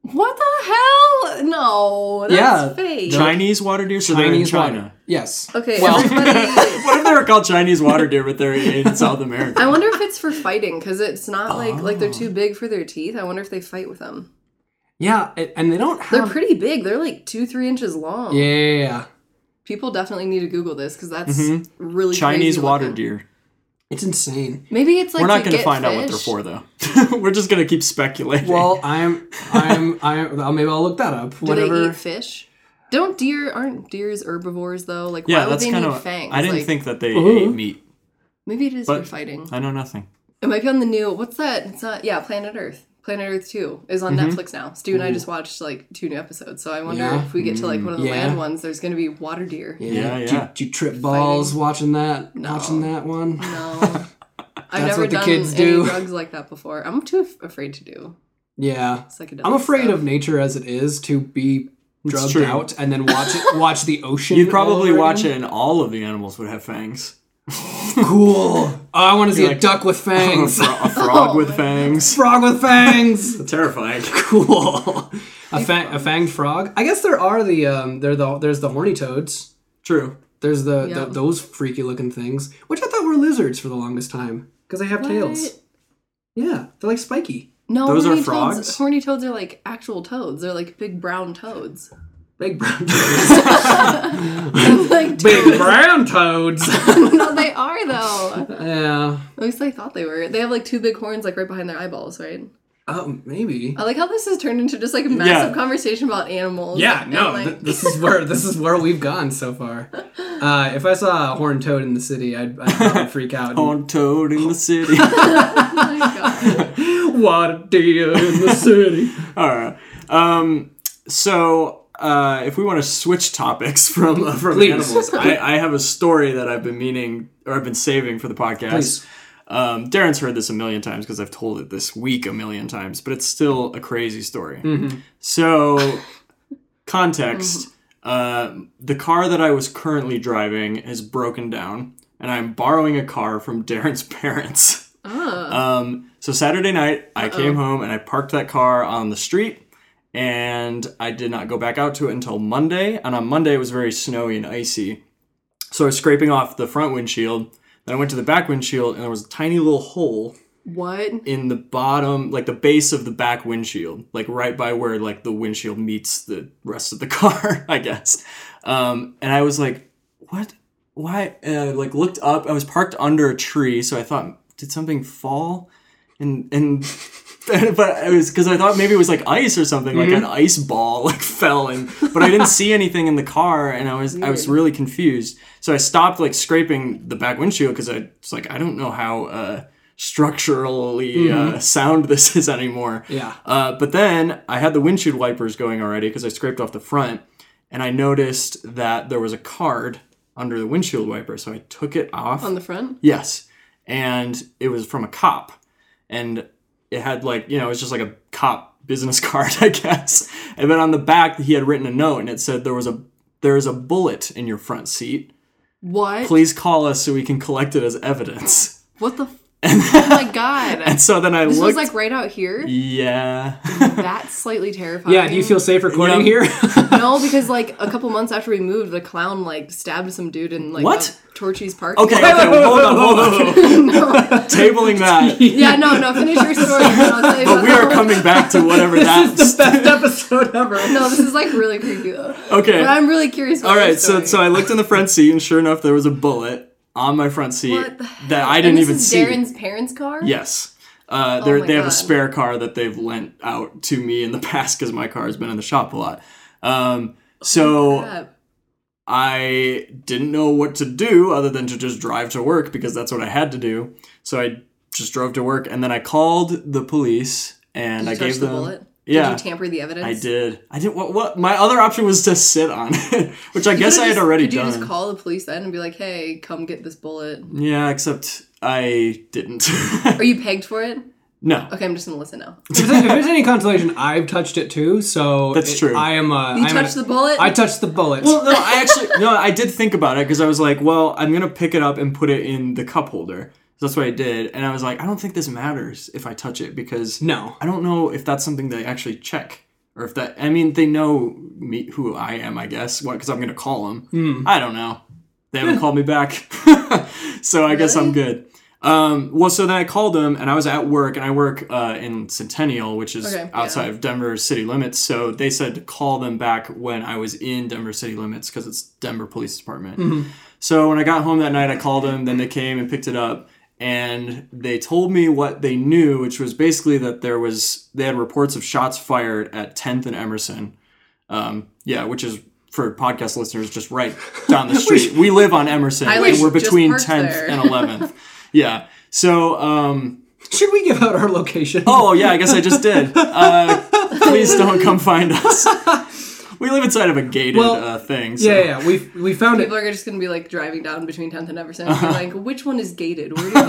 what the hell? No, that's Yeah. fake. Chinese water deer. So they're in Chinese China. water. Yes. Okay, Well- everybody. What if they were called Chinese water deer, but they're in South America? I wonder if it's for fighting because it's not like like they're Oh. too big for their teeth. I wonder if they fight with them. Yeah, a- and they don't have. They're pretty big. They're like two, three inches long. yeah, yeah, yeah. People definitely need to Google this because that's really Mm-hmm. Chinese crazy water looking. deer. It's insane. Maybe it's like We're to not going to get find out what they're fish. for, though. We're just going to keep speculating. Well, I'm, I'm, I'm. I'll- Maybe I'll look that up. Do they Whatever. eat fish? Don't deer aren't deers herbivores though? Like yeah, why would that's they kind need of. fangs? I didn't Like, think that they ate meat. maybe it is for but- fighting. I know nothing. It might be on the new what's that? It's not yeah, Planet Earth. Planet Earth two is on Mm-hmm. Netflix now. Stu and I just watched like two new episodes, so I wonder Yeah. if we get to like one of the Yeah. land ones, there's gonna be water deer. Mm, Yeah, Do, yeah. you- do you trip balls watching that? No. Watching that one. No. I've That's never what the done kids any do. drugs like that before. I'm too af- afraid to do Yeah. psychedelics. I'm afraid stuff. of nature as it is to be drugged true. out and then watch it, watch the ocean. You'd probably all over watch again. it, and all of the animals would have fangs. Cool. I want to see a like- "Oh, duck with A, fangs. fro- a frog Oh with my fangs. frog with fangs. Terrifying. cool. A, fang, a fanged frog. I guess there are the um. There the there's the horny toads. True. There's the, Yeah. the those freaky looking things, which I thought were lizards for the longest time because they have tails. What? Yeah, they're like spiky, No, Those are horny frogs? Toads, horny toads are like actual toads. They're like big brown toads. big brown toads. like toads. brown toads. no, they are though. yeah. At least I thought they were. They have like two big horns, like right behind their eyeballs, right? Oh, maybe. I like how this has turned into just like a massive conversation about animals. Yeah, and, no. like- th- this is where this is where we've gone so far. Uh, if I saw a horned toad in the city, I'd, I'd probably freak out. On toad in the city. Oh my God. what a deal in the city. all right. Um. So. Uh, if we want to switch topics from from Please. animals, I, I have a story that I've been meaning or I've been saving for the podcast. Please. Um, Darren's heard this a million times because I've told it this week a million times, but it's still a crazy story. Mm-hmm. So, context uh, the car that I was currently driving is broken down, and I'm borrowing a car from Darren's parents. Oh. Um, so, Saturday night, I came home and I parked that car on the street. And I did not go back out to it until Monday. And on Monday, it was very snowy and icy. So I was scraping off the front windshield. Then I went to the back windshield, and there was a tiny little hole What? in the bottom, like the base of the back windshield, like right by where like the windshield meets the rest of the car, I guess. Um, and I was like, what? Why? And I like looked up. I was parked under a tree, so I thought, did something fall? And and but it was because I thought maybe it was like ice or something, like an ice ball like fell and but I didn't see anything in the car, and I was I was really confused. So I stopped like scraping the back windshield because I was like, I don't know how. Uh, structurally uh, sound this is anymore. Yeah. Uh, but then I had the windshield wipers going already because I scraped off the front, and I noticed that there was a card under the windshield wiper, so I took it off. On the front? yes, and it was from a cop, and it had like you know it was just like a cop business card, I guess. And then on the back, he had written a note, and it said there was a there is a bullet in your front seat. What? Please call us so we can collect it as evidence. What the? F- oh my god. And so then I this was looked. like right out here. Yeah. That's slightly terrifying. Yeah, do you feel safe recording here? Yeah. No, because like a couple months after we moved, the clown like stabbed some dude in like What? a Torchy's park. Okay, okay, hold on, hold on. Tabling that. Yeah, no, no. Finish your story. and then I'll tell you about We the are whole- coming back to whatever It's that. the best episode ever. No, this is like really creepy though. Okay. But I'm really curious. About All your right. So story. so I looked in the front seat, and sure enough, there was a bullet on my front seat What the that I and didn't this even is Darren's see. parents' car. Yes. Uh, they're my they have a God. spare car that they've lent out to me in the past because my car has been in the shop a lot. Um, Oh so Crap. I didn't know what to do other than to just drive to work because that's what I had to do. So I just drove to work and then I called the police and Did you I touch gave the them bullet? Yeah. Did you tamper the evidence? I did. I did what what my other option was to sit on it, which I guess Could've I had just- already Could you done. just call the police then and be like, "Hey, come get this bullet"? yeah, except I didn't. Are you pegged for it? no. Okay, I'm just gonna listen now. if there's if there's any consolation, I've touched it too, so That's it- true. I am. Uh, You I'm touched a, the bullet. I touched the bullet. Well, no, I actually no, I did think about it because I was like, well, I'm gonna pick it up and put it in the cup holder. So that's what I did, and I was like, I don't think this matters if I touch it because no, I don't know if that's something they actually check or if that. I mean, they know me who I am, I guess. What? Because I'm gonna call them. Hmm. I don't know. They haven't called me back, so I guess I'm good. Um, well, so then I called them, and I was at work, and I work uh, in Centennial, which is Okay, yeah. outside of Denver city limits. So they said to call them back when I was in Denver city limits because it's Denver Police Department. Mm-hmm. So when I got home that night, I called them. Then they came and picked it up, and they told me what they knew, which was basically that there was they had reports of shots fired at 10th and Emerson. Um, yeah, which is for podcast listeners just right down the street. we live on Emerson. I, and like, we're just between parked 10th there. and 11th. yeah. So um, should we give out our location? Oh yeah, I guess I just did. Uh, please don't come find us. We live inside of a gated Well, uh, thing. So. yeah, yeah, yeah, we we found it. People are just gonna be like driving down between 10th and Everson, and be like, "Which one is gated? Where do they?" Yeah,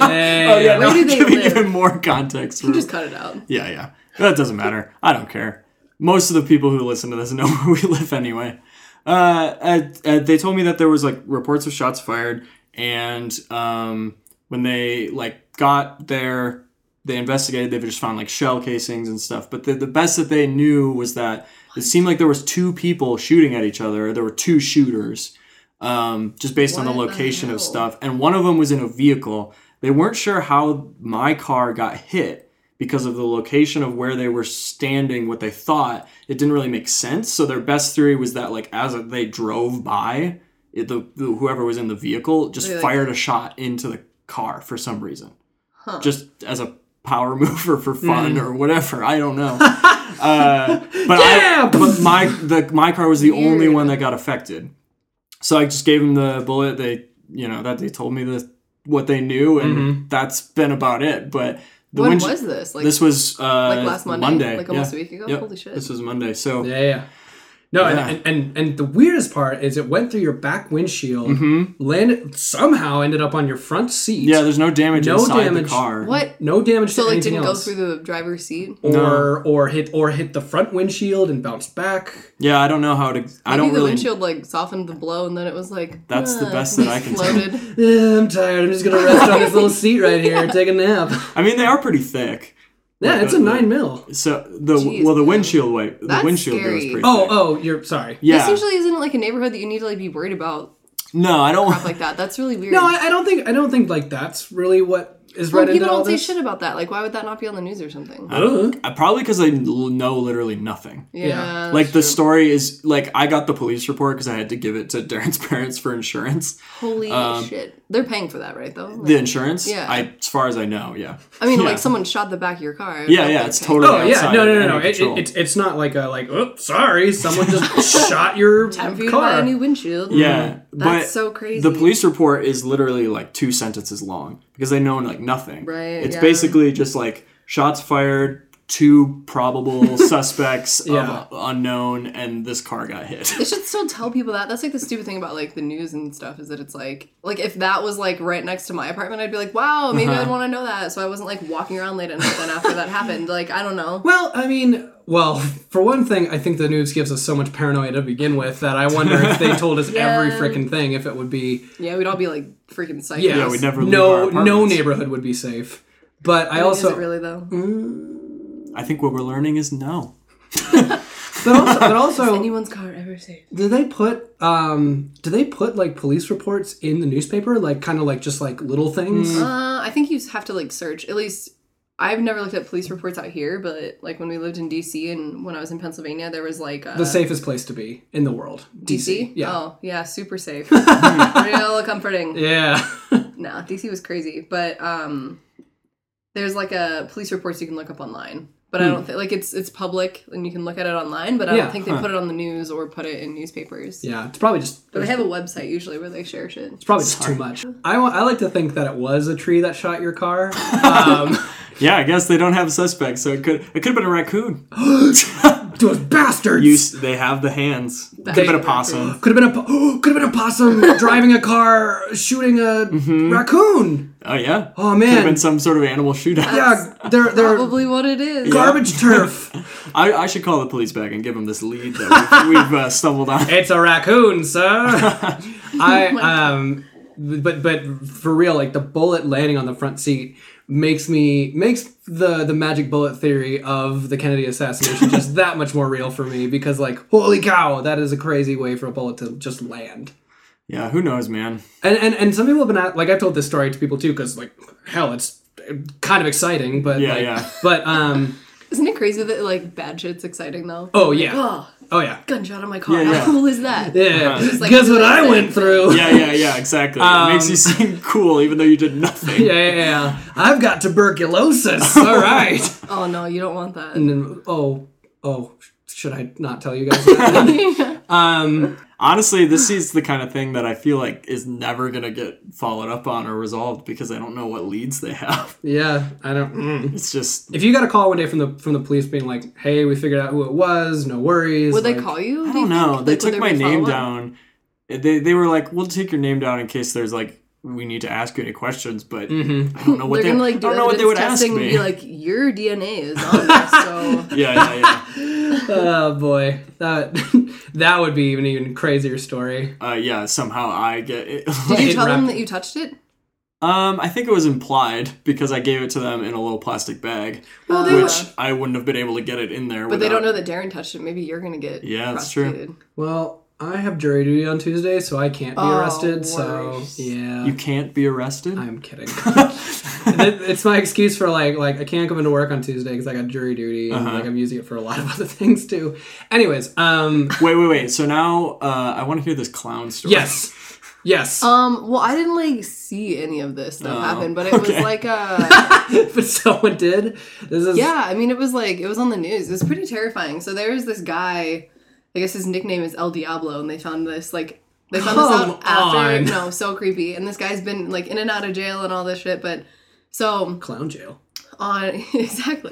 Oh Uh-huh. yeah, Where no, do they giving live? even more context. For, just cut it out. yeah, yeah, that doesn't matter. I don't care. Most of the people who listen to this know where we live anyway. Uh, uh, uh, they told me that there was like reports of shots fired, and um, when they like got there, they investigated. They've just found like shell casings and stuff. But the, the best that they knew was that it seemed like there was two people shooting at each other. There were two shooters, um, just based on the What the location hell? of stuff. And one of them was in a vehicle. They weren't sure how my car got hit because of the location of where they were standing. What they thought it didn't really make sense. So their best theory was that like as they drove by, it, the, the whoever was in the vehicle just They, like- fired a shot into the car for some reason just as a power mover for fun or whatever. I don't know. uh, but Yeah! I, but my the my car was the only Weird. one that got affected. So I just gave them the bullet. They you know that they told me the what they knew, and Mm-hmm. that's been about it. But the When wind- was this? Like, this was uh, like last Monday? Monday, Like almost yeah. a week ago? Yep. Holy shit. This was Monday. So Yeah, yeah. No, and- Yeah. And, and and the weirdest part is it went through your back windshield, landed somehow ended up on your front seat. yeah, there's no damage No inside the damage. car. what? no damage So to like anything didn't go else. through the driver's seat. or or hit or hit the front windshield and bounced back. Yeah, I don't know how to. I Maybe don't the really. windshield like softened the blow, and then it was like That's the "Ah," best that I can tell. floated. Eh, I'm tired. I'm just gonna rest on this little seat right here, and take a nap. I mean, they are pretty thick. Yeah, it's a nine mil. So the Jeez, well, the man. windshield wipe, the That's windshield there was scary. pretty. Oh, thick. oh, you're sorry. yeah. This usually isn't like a neighborhood that you need to like be worried about No, I don't. like that. That's really weird. No, I, I don't think I don't think like that's really what is Well, read into people all don't say this. shit about that. Like, why would that not be on the news or something? I don't know. Uh, Probably because I l- know literally nothing. yeah. yeah. that's like the true. story is like I got the police report because I had to give it to Darren's parents for insurance. Holy shit. They're paying for that, right, though? Like, um, The insurance, Yeah. I, as far as I know, yeah. I mean, yeah. like, someone shot the back of your car. Yeah, Like, yeah, it's okay. totally. Oh yeah, outside no, of no, any no, no. It, control. it, it's it's not like a like. Oh, sorry, someone just shot your Time for you to buy car. a new windshield. mm, yeah, That's but so crazy. The police report is literally like two sentences long because they know like nothing. Right, It's yeah. basically just like shots fired, two probable suspects Yeah. of unknown, and this car got hit. They should still tell people that. That's like the stupid thing about like the news and stuff is that it's like like if that was like right next to my apartment, I'd be like, wow, maybe Uh-huh. I'd want to know that. So I wasn't like walking around late at night then after that happened. Like I don't know. Well, I mean, well, for one thing, I think the news gives us so much paranoia to begin with that I wonder if they told us every Yeah. freaking thing, if it would be Yeah, we'd all be like freaking psychos. yeah, we'd never leave our no no apartments. neighborhood would be safe. But I Is also it really though? I think what we're learning is no. but also, but also Anyone's car ever safe? do they put um do they put like police reports in the newspaper like kind of like just like little things? Uh, I think you have to like search. At least I've never looked at police reports out here, but like when we lived in DC and when I was in Pennsylvania, there was like a The safest place to be in the world. DC. Yeah. Oh yeah, super safe. Real comforting. Yeah. No, DC was crazy, but um, there's like a police reports you can look up online. But I don't think like it's it's public and you can look at it online. But I Hmm. Yeah, don't think they put it on the news or put it in newspapers. yeah, it's probably just But they have a website usually where they share shit. It's probably just too much. I, wa- I like to think that it was a tree that shot your car. Um, Yeah, I guess they don't have suspects, so it could it could have been a raccoon. those bastards. You, s- they have the hands. Could have been a They- possum. could have been a po- could have been a possum driving a car, shooting a raccoon. Oh yeah. Oh Could have Mm-hmm. been man, some sort of animal shootout. yeah, they're they're Probably what it is. garbage turf. I, I should call the police back and give them this lead that we've, we've uh, stumbled on. It's a raccoon, sir. I um, but but for real, like the bullet landing on the front seat makes me makes the the magic bullet theory of the Kennedy assassination just that much more real for me because like holy cow, that is a crazy way for a bullet to just land. Yeah, who knows, man? And and and some people have been at, like I've told this story to people too because like hell, it's kind of exciting, but Yeah, like, yeah. but um, Isn't it crazy that like bad shit's exciting though? oh yeah, Oh, oh yeah. gunshot on my car. Yeah, yeah. How cool is that? Uh-huh. Yeah, Just, like, guess what I exciting. went through. Yeah, yeah, yeah, exactly. Um, it makes you seem cool even though you did nothing. yeah, yeah, yeah. I've got tuberculosis. All right. Oh no, you don't want that. And then, oh, oh, should I not tell you guys? That? um, Honestly, this is the kind of thing that I feel like is never going to get followed up on or resolved because I don't know what leads they have. yeah, I don't. mm. It's just. If you got a call one day from the from the police being like, "Hey, we figured out who it was. No worries." Would they like- call you? I don't know. They took my name down. down. They, they were like, we'll take your name down in case there's like, we need to ask you any questions, but I don't know what Mm-hmm. They're they, gonna like I do don't know what they would ask testing me. and be like, your DNA is on this, so yeah, yeah, yeah. Oh boy, that that would be an even crazier story. uh, yeah, somehow I get it. Did you It tell wrapped- them that you touched it? um, I think it was implied because I gave it to them in a little plastic bag, Well, they which I wouldn't have been able to get it in there. But they don't know that Darren touched it. Maybe you're gonna get Yeah, that's true. prosecuted. Well, I have jury duty on Tuesday, so I can't be Oh, arrested. So worse. yeah, You can't be arrested. I'm kidding. It- it's my excuse for like like I can't come into work on Tuesday because I got jury duty and like I'm using it for a lot of other things too. Anyways, um, Wait, wait, wait. So now uh, I want to hear this clown story. yes, yes, Um, well, I didn't like see any of this that Oh, happened, but it okay. was like a but someone did. This is yeah. I mean, it was like it was on the news. It was pretty terrifying. So there's this guy. I guess his nickname is El Diablo, and they found this like they found Oh, Come this out after. on. No, so creepy. And this guy's been like in and out of jail and all this shit. But so clown jail. on exactly.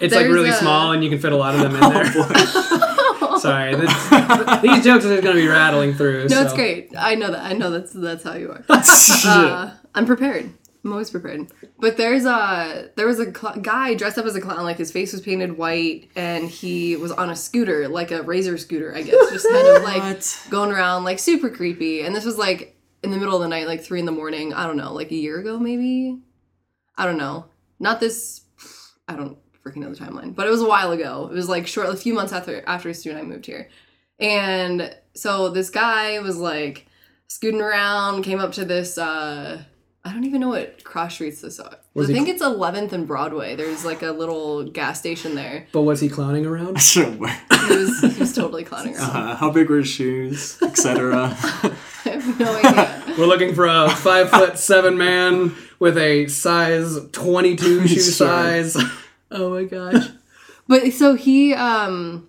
It's like There's really a- small and you can fit a lot of them in there. Sorry, that's, these jokes are going to be rattling through. No, so. it's great. I know that. I know that's that's how you are. Yeah. Uh, I'm prepared. I'm always prepared. But there's a there was a cl- guy dressed up as a clown. Like his face was painted white, and he was on a scooter, like a razor scooter, I guess, just kind of like What? going around, like super creepy. And this was like in the middle of the night, like three in the morning. I don't know, like a year ago, maybe. I don't know. Not this. I don't freaking know the timeline, but it was a while ago. It was like short, a few months after after Stu and I moved here. And so this guy was like scooting around, came up to this uh I don't even know what cross streets this are. I Was he- think it's 11th and Broadway. There's like a little gas station there. But was he clowning around? So where- He was, he was totally clowning around. uh, how big were his shoes, etc. I have no idea. We're looking for a five foot seven man with a size twenty two shoe Sure. size. oh my gosh. But so he, um,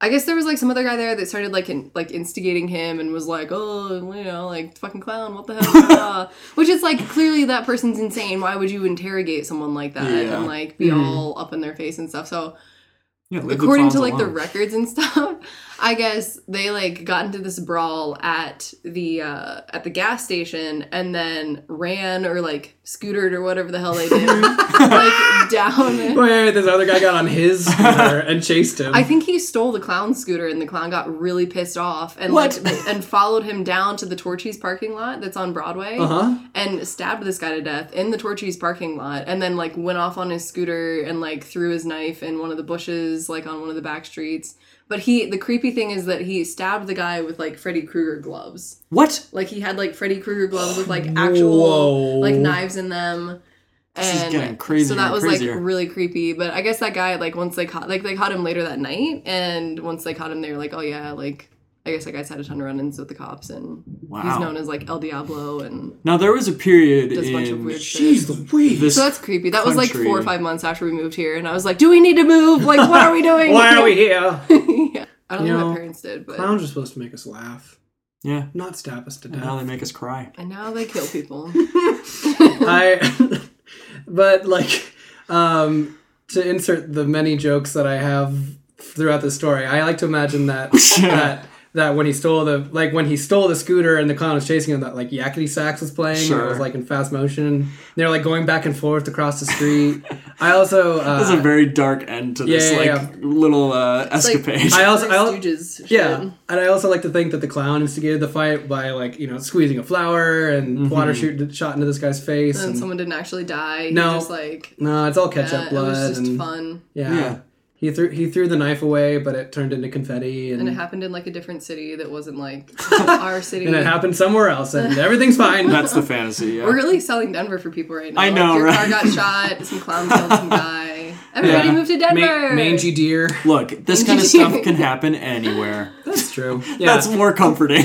I guess there was like some other guy there that started like in, like instigating him and was like, oh, you know, like fucking clown, what the hell? blah, blah." Which is like clearly that person's insane. Why would you interrogate someone like that Yeah. and like be all up in their face and stuff? So Yeah, leave the according clowns to like the alone. records and stuff i guess they like got into this brawl at the uh at the gas station and then ran or like scootered or whatever the hell they did like down Wait, this other guy got on his scooter and chased him. I think he stole the clown scooter, and the clown got really pissed off and like and followed him down to the Torchies parking lot that's on Broadway, Uh-huh. and stabbed this guy to death in the Torchies parking lot, and then like went off on his scooter and like threw his knife in one of the bushes, like on one of the back streets. But he, the creepy thing is that he stabbed the guy with like Freddy Krueger gloves. What? Like he had like Freddy Krueger gloves with like actual Whoa. like knives in them. This is And getting crazier so that and was crazier. like really creepy. But I guess that guy like once they caught like they caught him later that night, and once they caught him, they were like, oh yeah, like I guess that guy's had a ton of run-ins with the cops, and Wow. he's known as like El Diablo, and Now there was a period does a bunch of in weird shit. Jeez Louise. this. So that's creepy. That was like four or country- five months after we moved here, and I was like, do we need to move? Like, what are we doing? Why are we here? yeah. I don't You know, know, what parents did, but Clowns are supposed to make us laugh, yeah. not stab us to And now death. they make us cry. and now they kill people. I, but like, um, to insert the many jokes that I have throughout the story, I like to imagine that that that when he stole the like when he stole the scooter and the clown was chasing him, that like yakety sax was playing. and Sure. It was like in fast motion. They're like going back and forth across the street. I also uh, This is a very dark end to this yeah, like yeah, little uh, escapade. I also- Like I al- Stooges shit. Yeah, and I also like to think that the clown instigated the fight by like you know squeezing a flower and Mm-hmm. water shoot shot into this guy's face. and And then someone didn't actually die. He No. just like no, it's all ketchup yeah, it blood. was just and, fun, Yeah. Yeah. he threw he threw the knife away, but it turned into confetti, and, and it happened in like a different city that wasn't like our city. Mm. and it happened somewhere else, and everything's fine. That's the fantasy. Yeah. We're really selling Denver for people right now. I Like, know, your right? car got shot. Some clown killed some guy. Everybody Yeah. moved to Ma- Denver. mangy deer. Look, this kind of stuff can happen anywhere. That's true. Yeah. That's more comforting.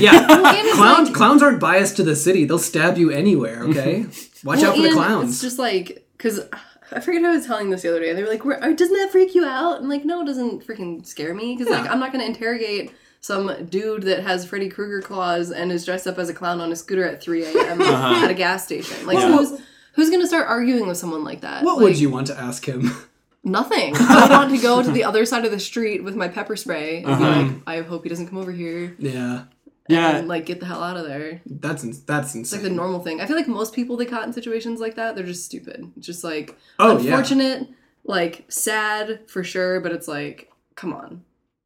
yeah. Well, and it's Clowns, like- clowns aren't biased to the city. They'll stab you anywhere, okay? Watch well, out for the and clowns. It's just like because. I forget who I was telling this the other day. They were like, Where, oh, "Doesn't that freak you out?" And like, "No, it doesn't freaking scare me because like Yeah. I'm not gonna interrogate some dude that has Freddy Krueger claws and is dressed up as a clown on a scooter at 3 a.m. Uh-huh. at a gas station. Like, Yeah. who's who's gonna start arguing with someone like that? what Like, would you want to ask him? Nothing. I want to go to the other side of the street with my pepper spray and Uh-huh. be like, "I hope he doesn't come over here." yeah. Yeah. And like get the hell out of there. It's That's ins- that's insane. like the normal thing. I feel like most people they caught in situations like that, they're just stupid. It's Just like Oh, yeah. unfortunate, like sad for sure, but it's like, come on.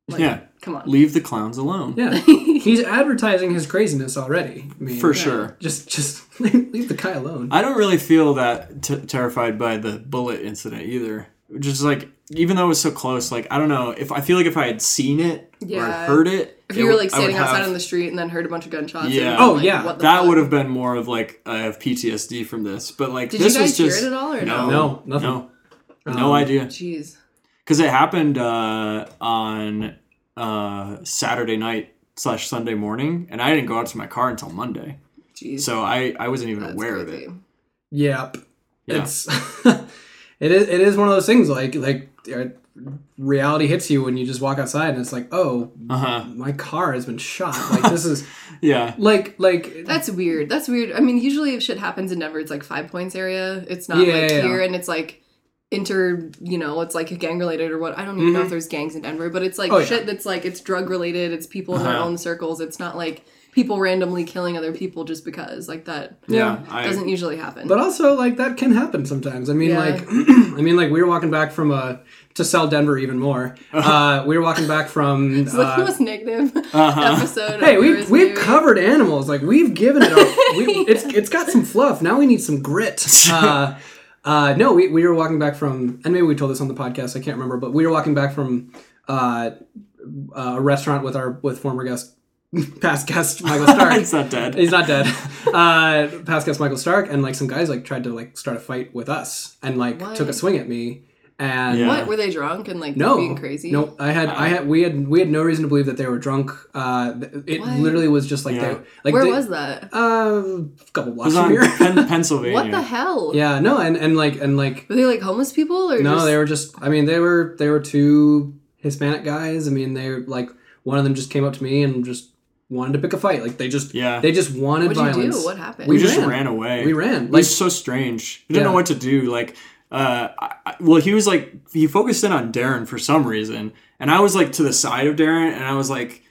Like, Yeah. Come on. Leave the clowns alone. Yeah, he's advertising his craziness already. I mean, For sure. Just, just leave the guy alone. I don't really feel that t- terrified by the bullet incident either. Just like even though it was so close, like I don't know if I feel like if I had seen it Yeah. or heard it, if it you were would- like I would standing outside have- on the street and then heard a bunch of gunshots, Yeah. and Oh, like, yeah. what the that fuck? would have been more of like I have PTSD from this, but like Did this you guys was just hear it at all or no? no, No, nothing. no, no Um, idea Jeez. because it happened uh, on uh, Saturday night slash Sunday morning, and I didn't go out to my car until Monday, Jeez. so I I wasn't even That's aware crazy. of it. Yep. Yeah. It's it is it is one of those things like like uh, reality hits you when you just walk outside and it's like oh Uh huh. my car has been shot like this is Yeah. like like That's weird. That's weird. I mean, usually if shit happens in Denver, it's like five points area. It's not Yeah, like yeah, yeah. here, and it's like inter. You know, it's like gang related or what. I don't even know if there's gangs in Denver, but it's like Mm-hmm. Oh, yeah. shit that's like it's drug related. It's people in their Uh-huh. own circles. It's not like people randomly killing other people just because. Like that Yeah. I, doesn't usually happen. but also like that can happen sometimes. I mean Yeah. like I mean like we were walking back from uh to sell Denver even more. Uh, we were walking back from it's like the uh, uh-huh. most negative episode. Hey, of we've Riz we've News. covered animals. Like we've given it. Our, we, It's it's got some fluff. Now we need some grit. Uh, uh, no, we, we were walking back from, and maybe we told this on the podcast. I can't uh, remember, but we were walking back from uh, a restaurant with our with former guest past guest Michael Stark. it's not dead. He's not dead. Uh, past guest Michael Stark and like some guys like tried to like start a fight with us and like What? took a swing at me and Yeah. What were they drunk and like no being crazy? No, I had I had we had we had no reason to believe that they were drunk. Uh, th- it What? literally was just like Yeah. they like Where they- was that? uh, a couple It blocks was from on here. Pen- Pennsylvania. What the hell? yeah, no, and and like and like Were they like homeless people or no, just... they were just. I mean, they were they were two Hispanic guys. I mean, they were like one of them just came up to me and just wanted to pick a fight. Like they just Yeah. they just wanted What'd you do? violence. What happened? We We just ran. ran away. We ran. It Like was so strange. We didn't know Yeah. what to do. Like, uh, I, I- well, he was like he focused in on Darren for some reason, and I was like to the side of Darren, and I was like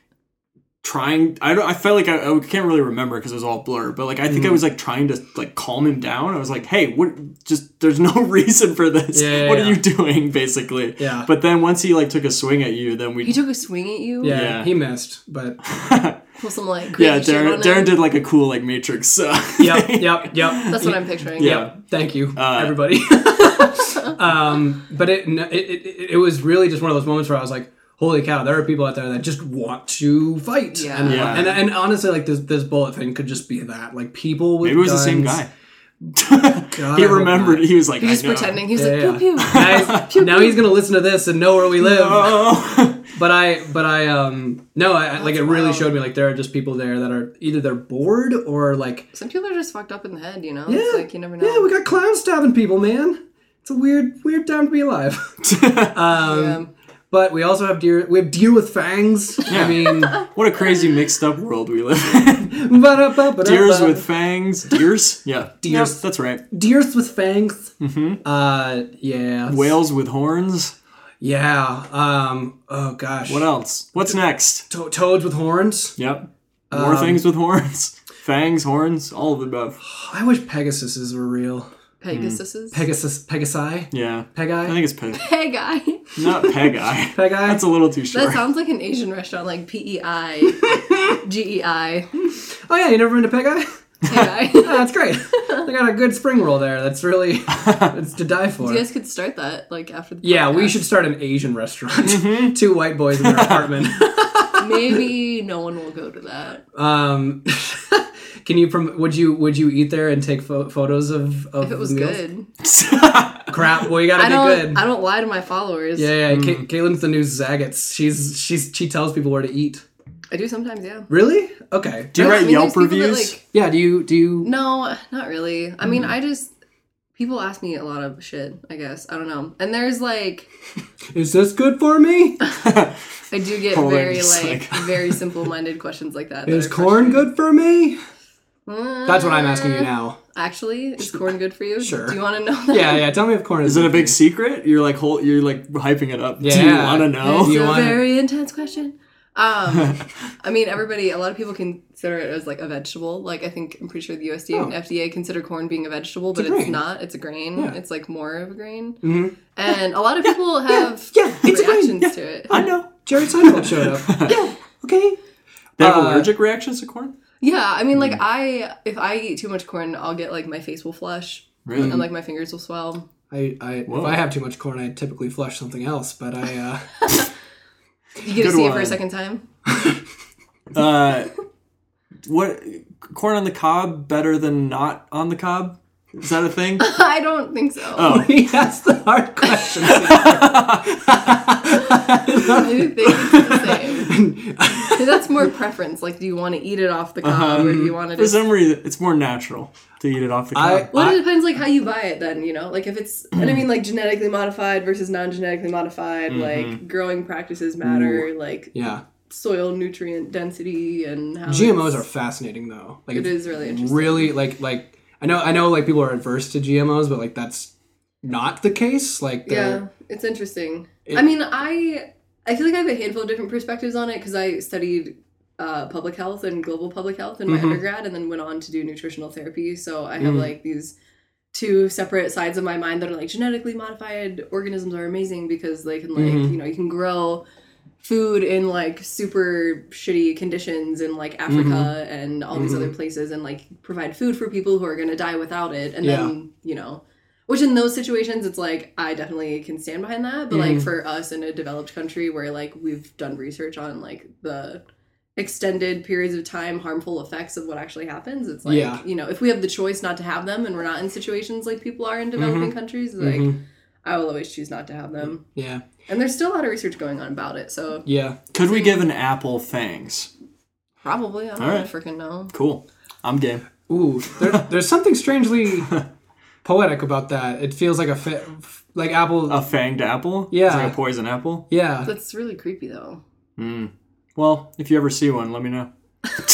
trying. I don't. I felt like I, I can't really remember because it was all blur. But like, I Mm-hmm. think I was like trying to like calm him down. I was like, "Hey, what? Just there's no reason for this. Yeah, yeah, what yeah. are you doing?" Basically. Yeah. But then once he like took a swing at you, then we He took a swing at you. yeah, Yeah. he missed, but Pull some like crazy yeah. shit Darren on Darren him. did like a cool like Matrix. Uh, yep, yep, yep. That's what I'm picturing. Yeah. Uh, Thank you, everybody. um, but it, no, it it it was really just one of those moments where I was like, "Holy cow! There are people out there that just want to fight." Yeah. And, Yeah. and and honestly, like this this bullet thing could just be that. Like people with Maybe it was the same guns- guy. God, he I hope remembered. not. He was like, He was I know. pretending. He was Yeah, like, pew pew. Guys, now he's gonna listen to this and know where we live. Oh. But I, but I, um, no, I, I- like it really wild. showed me like there are just people there that are either they're bored or like Some people are just fucked up in the head, you know? yeah, It's like you never know. yeah, we got clowns stabbing people, man. It's a weird, weird time to be alive. Um, Yeah. But we also have deer. We have deer with fangs. I mean, What a crazy mixed up world we live in. ba-da-ba-ba-da-ba. Deers with fangs. Deers? Yeah. Deers. Yep, that's right. deers with fangs. Mm-hmm. Uh, yeah. Whales with horns. Yeah. Um. Oh gosh. What else? What's next? To- toads with horns. Yep. More things with horns. Fangs, horns, all of the above. I wish Pegasuses were real. Pegasuses. Pegasus. Pegasi. Yeah. I Pegi. think it's peg. Hey guy. Not peg eye. Pegi. That's a little too short. That sounds like an Asian restaurant, like P E I G E I. oh yeah, you never been to Pegi? Hey guy. Oh, that's great. they got a good spring roll there. That's really it's to die for. You guys could start that like after the yeah, we podcast. should start an Asian restaurant. Mm-hmm. Two white boys in their apartment. Maybe no one will go to that. Um, can you prom- would you would you eat there and take pho- photos of of If it was meals? good. Crap, well you gotta I be don't good. I don't lie to my followers. yeah, yeah. Ca- Caitlin's the new Zagat's. She's she's she tells people where to eat. I do sometimes, yeah. Really? Okay. Do you I write mean, there's Yelp people that, reviews? like- yeah. Do you do you? No, not really. I Hmm. mean, I just people ask me a lot of shit, I guess. I don't know. And there's like Is this good for me? I do get Poland's very just like like- very simple-minded questions like that. that Is are corn good for me? frustrating. That's what I'm asking you Uh. now. Actually, is corn good for you? Sure. Do you want to know that? Yeah, yeah. Tell me if corn is. Is it a big secret? You're like whole, you're like hyping it up. Do you Yeah. want to know? It's Oh. You a want- very intense question. Um, I mean, everybody, a lot of people consider it as like a vegetable. Like, I think I'm pretty sure the USDA and Oh. FDA consider corn being a vegetable, but a it's grain. not. It's a grain. Yeah. Mm-hmm. It's like more of a grain. And a lot of people have yeah, it's a grain, reactions yeah. to it. I know. Jerry Seinfeld showed up. yeah. Okay. They have Uh, allergic reactions to corn? Yeah, I mean, Mm. like I, if I eat too much corn, I'll get like my face will flush. Really? And like my fingers will swell. I, I if Whoa. I have too much corn, I typically flush something else. But I. uh You get Good to see it for one. a second time. Uh, what corn on the cob better than not on the cob? Is that a thing? I don't think so. Oh. He asked the hard question. I think it's the same. That's more preference. Like, do you want to eat it off the cob or do you want to Um, For just some reason, it's more natural to eat it off the I, cob. Well, it depends like how you buy it then, you know? Like if it's and I mean like genetically modified versus non-genetically modified, Mm-hmm. like growing practices matter, like yeah. soil nutrient density and how GMOs Oh, it's- are fascinating though. Like It it's is really interesting. Really like like I know I know like people are adverse to GMOs, but like that's not the case. Like Yeah, they're- it's interesting. I mean, I I feel like I have a handful of different perspectives on it because I studied uh, public health and global public health in my Mm-hmm. undergrad, and then went on to do nutritional therapy. So I have like these two separate sides of my mind that are like genetically modified organisms are amazing because they can like Mm-hmm. you know you can grow food in like super shitty conditions in like Africa Mm-hmm. and all these other places and like provide food for people who are going to die without it and then you know which in those situations it's like I definitely can stand behind that but like for us in a developed country where like we've done research on like the extended periods of time harmful effects of what actually happens. It's like, Yeah. you know, if we have the choice not to have them and we're not in situations like people are in developing countries, like Mhm. I will always choose not to have them. Yeah. And there's still a lot of research going on about it, so Yeah. Could we give an apple fangs? probably I don't All right. freaking know. Cool. I'm game. Ooh, there, there's something strangely poetic about that. It feels like a fa- like Oh. apple. A fanged apple? It's Yeah. like a poison apple? yeah. That's really creepy though. Well, if you ever see one, let me know.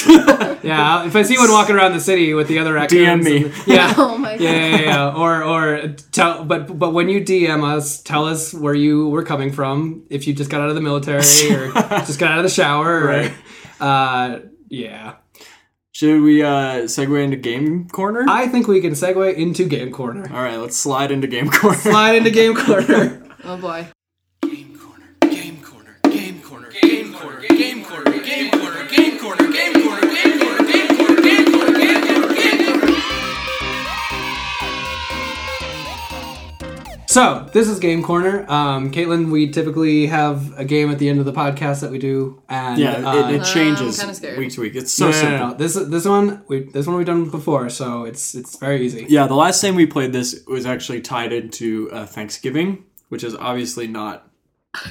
Yeah, if I see one walking around the city with the other raccoons, DM me. and the- yeah. Oh my Yeah, yeah, yeah, yeah. Or, or tell, but, but when you DM us, tell us where you were coming from. If you just got out of the military, or just got out of the shower, or, Right. uh, yeah. Should we uh, segue into game corner? I think we can segue into game corner. All right, let's slide into game corner. Slide into game corner. god. Oh boy. Game corner, game corner, game corner, game corner, game corner, game corner, game corner, game corner, game corner, game corner, game corner, game corner, game corner. So this is game corner. Um, Caitlin, we typically have a game at the end of the podcast that we do, and yeah, uh, it, it changes kinda scared. week to week. It's so no, no, simple. no, no. This this one we this one we've done before, so it's it's very easy. Yeah, the last time we played this was actually tied into uh, Thanksgiving, which is obviously not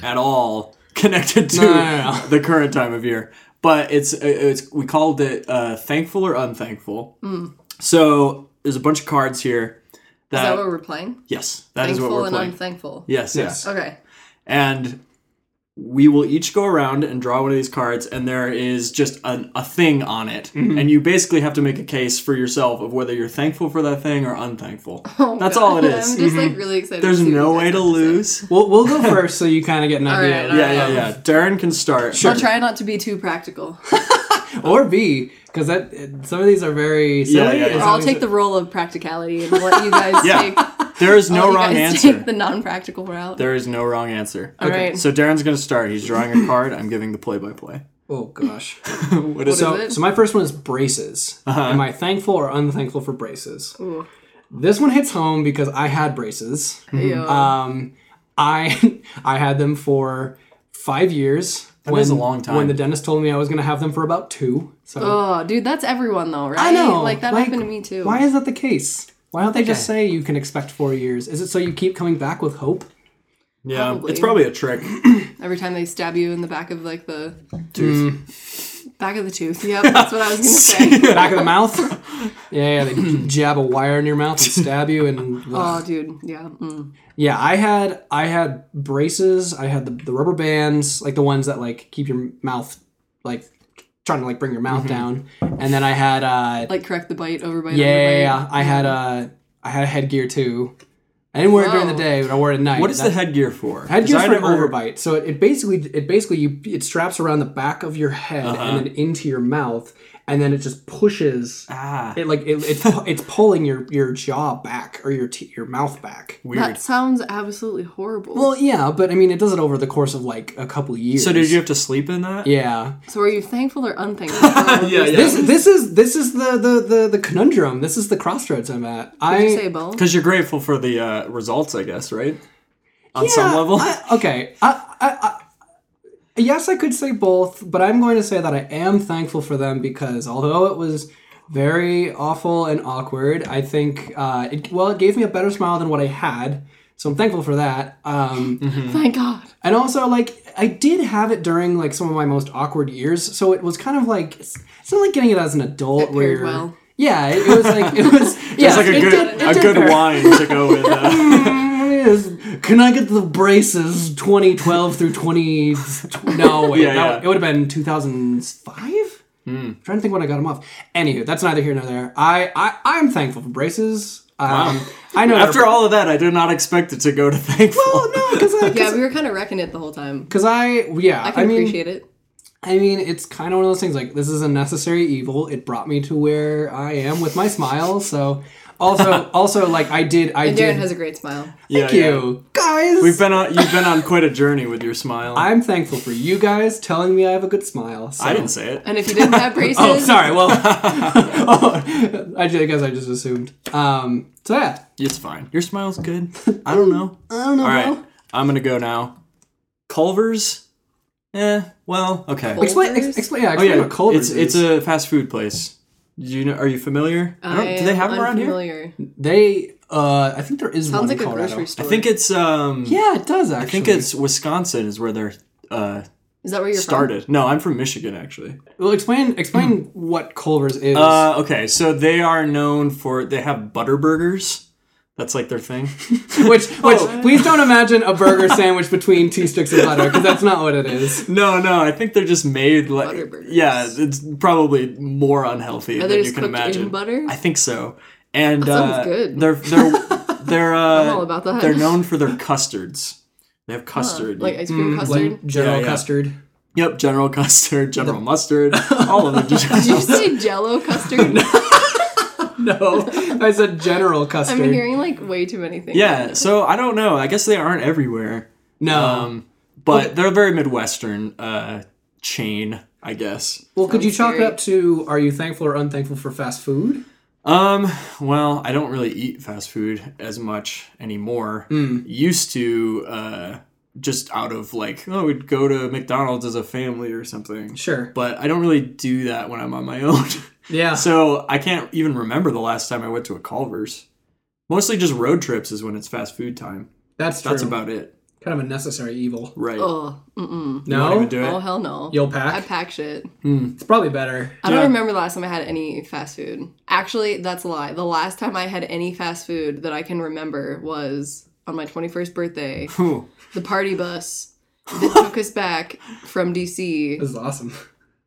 at all connected to No, no, no. the current time of year. But it's uh, it's we called it uh, thankful or unthankful. So there's a bunch of cards here. That, Hmm. Is that what we're playing? yes, that is Thankful what we're and playing. unthankful. yes, yes, Okay. and we will each go around and draw one of these cards and there is just an, a thing on it Mm-hmm. and you basically have to make a case for yourself of whether you're thankful for that thing or unthankful that's God. all it I'm is just like really excited. there's to see no what way you to guys have say. lose We'll, we'll go first so you kind of get an idea. right, all yeah yeah yeah darren can start sure I'll try not to be too practical. Or B, because that it- some of these are very silly. yeah, and yeah. Or some I'll of take these the role of practicality and let you guys Yeah. take there is no let you wrong guys answer take the non-practical route. there is no wrong answer All right. so darren's gonna start he's drawing a card i'm giving the play-by-play are- oh gosh. what is So- it Uh-huh. it? So my first one is braces. Am I thankful or unthankful for braces? Ooh. This one hits home because I had braces. Mm-hmm. Ew. uh, Um, I I had them for five years. That is a long time. When the dentist told me I was going to have them for about two. So oh, dude, that's everyone though, right? I know. Like that happened to me too. Why is that the case? Why don't they just say you can expect four years? Is it so you keep coming back with hope? yeah Probably. it's probably a trick Every time they stab you in the back of like the Mm. tooth. Back of the tooth. Yep, that's what I was gonna say. back of the mouth. Yeah, yeah, they jab a wire in your mouth and stab you, and oh, dude. Yeah. Mm. yeah, I had I had braces, I had the, the rubber bands, like the ones that like keep your mouth like trying to like bring your mouth Mm-hmm. down, and then I had uh Like correct the bite, overbite. yeah, yeah, overbite. yeah, I had uh I had headgear too. I didn't wear it during the Whoa. day, but I wore it at night. what is the That- headgear for Headgear 'Cause I for an never- overbite. So it, it basically it basically you it straps around the back of your head Uh-huh. and then into your mouth, and then it just pushes ah It like it, it's pu- it's pulling your your jaw back or your te- your mouth back. weird That sounds absolutely horrible. Well, yeah, but I mean, it does it over the course of like a couple years. so did you have to sleep in that Yeah. so are you thankful or unthankful? Did yeah This this is this is the the the, the conundrum. This is the crossroads I'm at. I you say both? Because you're grateful for the uh, results, I guess, right? On some Yeah, level. I- okay. I, I, I, yes, I could say both, but I'm going to say that I am thankful for them because although it was very awful and awkward, I think uh, it well it gave me a better smile than what I had. So I'm thankful for that. Um, Mm-hmm. Thank God. And also, like, I did have it during like some of my most awkward years, so it was kind of like it's, it's not like getting it as an adult. It where paired you're- well. Yeah, it, it was like it was. yeah, it's like a it good, did- it a did good pair. wine to go with. Uh, It was, Can I get the braces? Twenty twelve through twenty. No, wait, Yeah, that- yeah. Hmm. it would have been two thousand five. Trying to think when I got them off. Anywho, that's neither here nor there. I I I'm thankful for braces. Um, I know after all of that, I did not expect it to go to thankful. Well, no, because I Yeah, we were kind of wrecking it the whole time. because I yeah I can mean, appreciate it. I mean, it's kind of one of those things like this is a necessary evil. It brought me to where I am with my smile. So, also, also like I did, I And did. Darren has a great smile. thank Yeah, yeah. you, guys. We've been on, you've been on quite a journey with your smile. I, I'm thankful for you guys telling me I have a good smile. So. didn't say it. And if you didn't have braces, Oh, sorry. Well, oh, I ju- I guess I just assumed. Um, so yeah, It's fine. Your smile's good. I don't know. I don't know. All bro. right, I'm gonna go now. Culver's eh, well, okay. Cold- Explain, Culver's? ex- explain, yeah, Oh explain yeah, what Culver's it's it's is. a fast food place. Do you know? Are you familiar? I don't, do they have them around here? around here? They, uh, I think there is Sounds one like in a Colorado. grocery I store. think it's um. Yeah, it does actually. I think it's Wisconsin is where they're uh Is that where you're started. No, I'm from Michigan actually. Well, explain explain what Culver's is. Hmm. Uh, okay, so they are known for they have butter burgers. That's like their thing. which, which, Oh. please don't imagine a burger sandwich between two sticks of butter because that's not what it is. No, no, I think they're just made like Butter burgers. yeah, it's probably more unhealthy Are than they you just can cooked in imagine. butter? I think so. And sounds uh, good. They're they're they're uh, all about that. they're known for their custards. They have from? custard. Like ice cream custard. Like General Yeah, yeah. custard. yep, general custard, general mustard, all of them. Did you say Jello custard? No, I said general custard. I'm hearing like way too many things. yeah, so I don't know. I guess they aren't everywhere. no. Um, but they're a very midwestern uh, chain, I guess. well, could you chalk sounds it scary. up to are you thankful or unthankful for fast food? Um, well, I don't really eat fast food as much anymore. Hmm. Used to, uh, just out of like, oh, we'd go to McDonald's as a family or something. Sure. But I don't really do that when I'm on my own. Yeah. so I can't even remember the last time I went to a Culver's. Mostly just road trips is when it's fast food time. that's true. That's about it. kind of a necessary evil. Right. Oh, mm-mm. Not No, even do it. oh hell no. you'll pack. I pack shit. It's probably better. I don't Yeah. remember the last time I had any fast food. Actually, that's a lie. The last time I had any fast food that I can remember was on my 21st birthday. Ooh. The party bus that took us back from DC. This is awesome.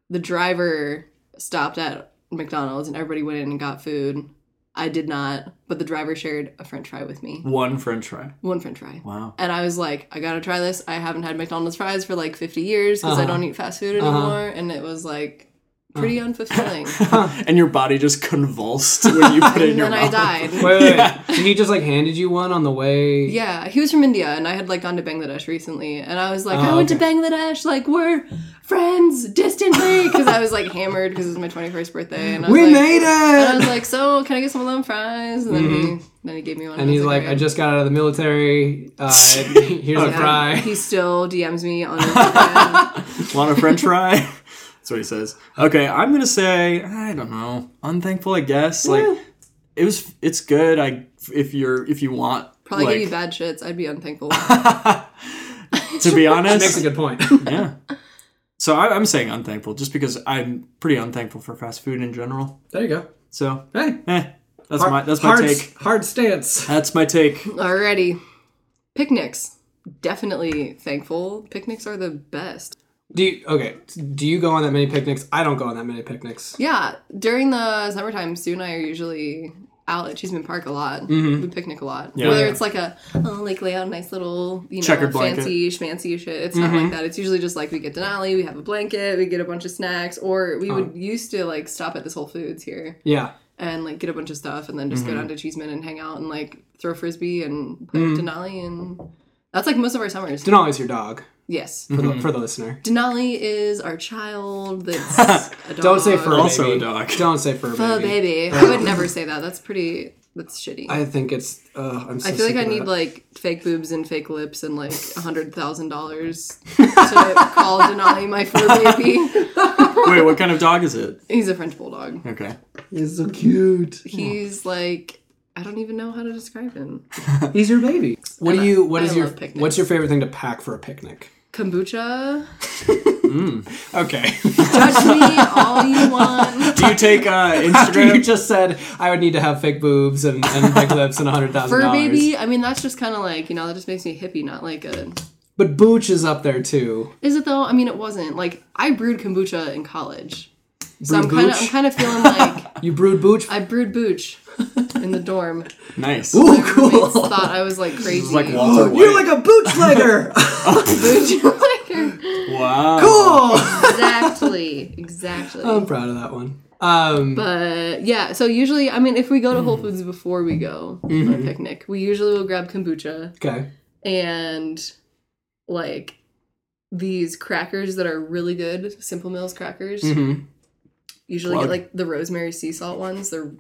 The driver stopped at McDonald's and everybody went in and got food. I did not, but the driver shared a french fry with me. One French fry. One french fry. Wow. And I was like, I gotta try this. I haven't had McDonald's fries for like 50 years because I Uh-huh. don't eat fast food anymore. And it was like pretty unfulfilling. and your body just convulsed when you put it in and your then I mouth. died. Wait, wait, wait. And he just like handed you one on the way. Yeah, he was from India, and I had like gone to Bangladesh recently, and I was like, I went to Oh, okay. Bangladesh, like we're friends distantly, because I was like hammered because it was my twenty first birthday, and I was We like, made And I it. Mm-hmm. was like, so can I get some of them fries? And then he then he gave me one, And I he's was like, I "Alright." just got out of the military. Uh, here's a Yeah, fry. He still DMs me on Instagram. Want a french fry? That's what he says. Okay, I'm gonna say I don't know. Unthankful, I guess. Like it was, it's good. I if you're if you want Probably like, give you bad shits. I'd be unthankful. to be Makes a honest. good point. yeah. So I, I'm saying unthankful just because I'm pretty unthankful for fast food in general. there you go. So Hey, eh, that's my that's my hard, take. Hard stance. That's my take. Alrighty, picnics. Definitely thankful. Picnics are the best. Do you, okay. Do you go on that many picnics? I don't go on that many picnics. Yeah, during the summertime, Sue and I are usually out at Cheeseman Park a lot. We picnic a lot. Mm-hmm. Yeah. Whether Yeah. it's like a oh, like lay out a nice little you know Checkered blanket. Mm-hmm. fancy schmancy shit. It's not like that. It's usually just like we get Denali, we have a blanket, we get a bunch of snacks, or we Uh-huh. would used to like stop at this Whole Foods here Yeah. and like get a bunch of stuff, and then just Mm-hmm. go down to Cheeseman and hang out and like throw frisbee and play Mm-hmm. with Denali, and that's like most of our summers. Denali's your dog yes. Mm-hmm. for, the, for the listener. Denali is our child. That's a dog. Don't say fur Also baby. a dog. Don't say fur Oh, baby. baby. I would never say that. That's pretty. That's shitty. I, I think it's. Uh, I'm so feel like sick I of need that. like fake boobs and fake lips and like a hundred thousand dollars to call Denali my fur baby. Wait, what kind of dog is it? He's a French bulldog. Okay. He's so cute. He's like I don't even know how to describe him. He's your baby. What do you? What I is your? love picnics. What's your favorite thing to pack for a picnic? Kombucha. Okay. Touch me all you want. Do you take uh, After you Instagram? just said I would need to have fake boobs and, and big lips and a hundred thousand Fur dollars. baby. I mean, that's just kind of like you know that just makes me hippie, not like a. But Booch is up there too. Is it though? I mean, it wasn't like I brewed kombucha in college, so Brewed I'm kind of booch? I'm kind of feeling like. You brewed Booch. I brewed booch in the dorm. nice. Ooh, Roommates thought I was like crazy. It's like Walter Oh, White. You're like a bootlegger. Booch- wow. Oh, cool. exactly, exactly. I'm proud of that one. Um, but yeah, so usually, I mean, if we go to Whole Foods before we go on a picnic, we usually will grab kombucha okay. and like these crackers that are really good, Simple Mills crackers. Mm-hmm. Usually Plug. get like the rosemary sea Mm-hmm. Ah. salt ones. They're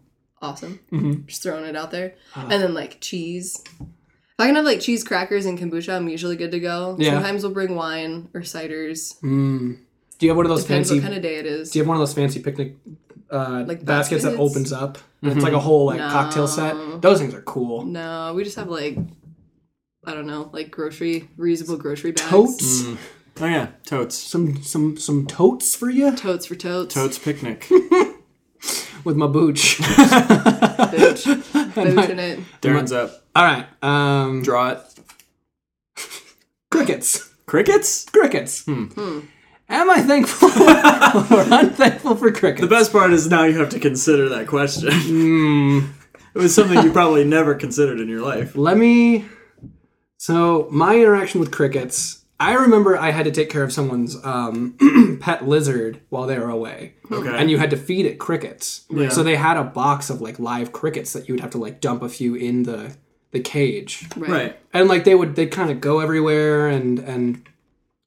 awesome. Just throwing it out there. And then like cheese. I can have like cheese crackers and kombucha, I'm usually good to go. Yeah. Sometimes we'll bring wine or ciders. Do you have one of those Depends fancy? what kind of day it is. do you have one of those fancy picnic uh, Like baskets, that baskets? opens up? And It's like Mm-hmm. a whole like cocktail set. Those things are cool. No, we just have like I don't know, like grocery reusable grocery bags. Totes, Oh yeah, totes. some some some totes for you Totes for totes. Totes picnic. with my booch. Booch. Booch in it. Darren's up. All right, um, Draw it. crickets. Crickets. crickets. Hmm. Hmm. Am I thankful or unthankful for crickets? The best part is now you have to consider that question. Hmm. It was something you probably never considered in your life. Let me. So my interaction with crickets. I remember I had to take care of someone's um, pet lizard while they were away, Okay. and you had to feed it crickets. So they had a box of like live crickets that you would have to like dump a few in the the cage. Right. right. and like they would they kind of go everywhere and and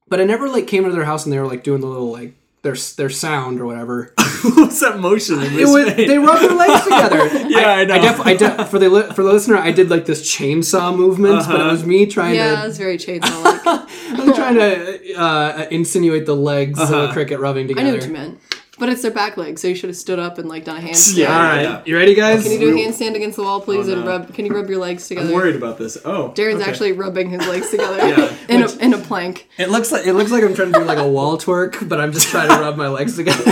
but I never like came into their house and they were like doing the little like their their sound or whatever. What's that motion? in It this was, man? they rub their legs together. Yeah, I know. I def- I def- for the li- for the listener, I did like this chainsaw movement, Uh-huh. but it was me trying Yeah, to it's very chainsaw like. I was trying to uh, insinuate the legs of Uh-huh. a cricket rubbing I together. know what you meant. But it's their back leg, so you should have stood up and like done a handstand. Yeah, All right, Yeah. Oh, you ready, guys? Can you do a handstand against the wall, please, and no. rub? Can you rub your legs together? I'm worried about this. Oh, Darren's okay. actually rubbing his legs together Yeah. in, a, in a plank. It looks like it looks like I'm trying to do like a wall twerk, but I'm just trying to rub my legs together.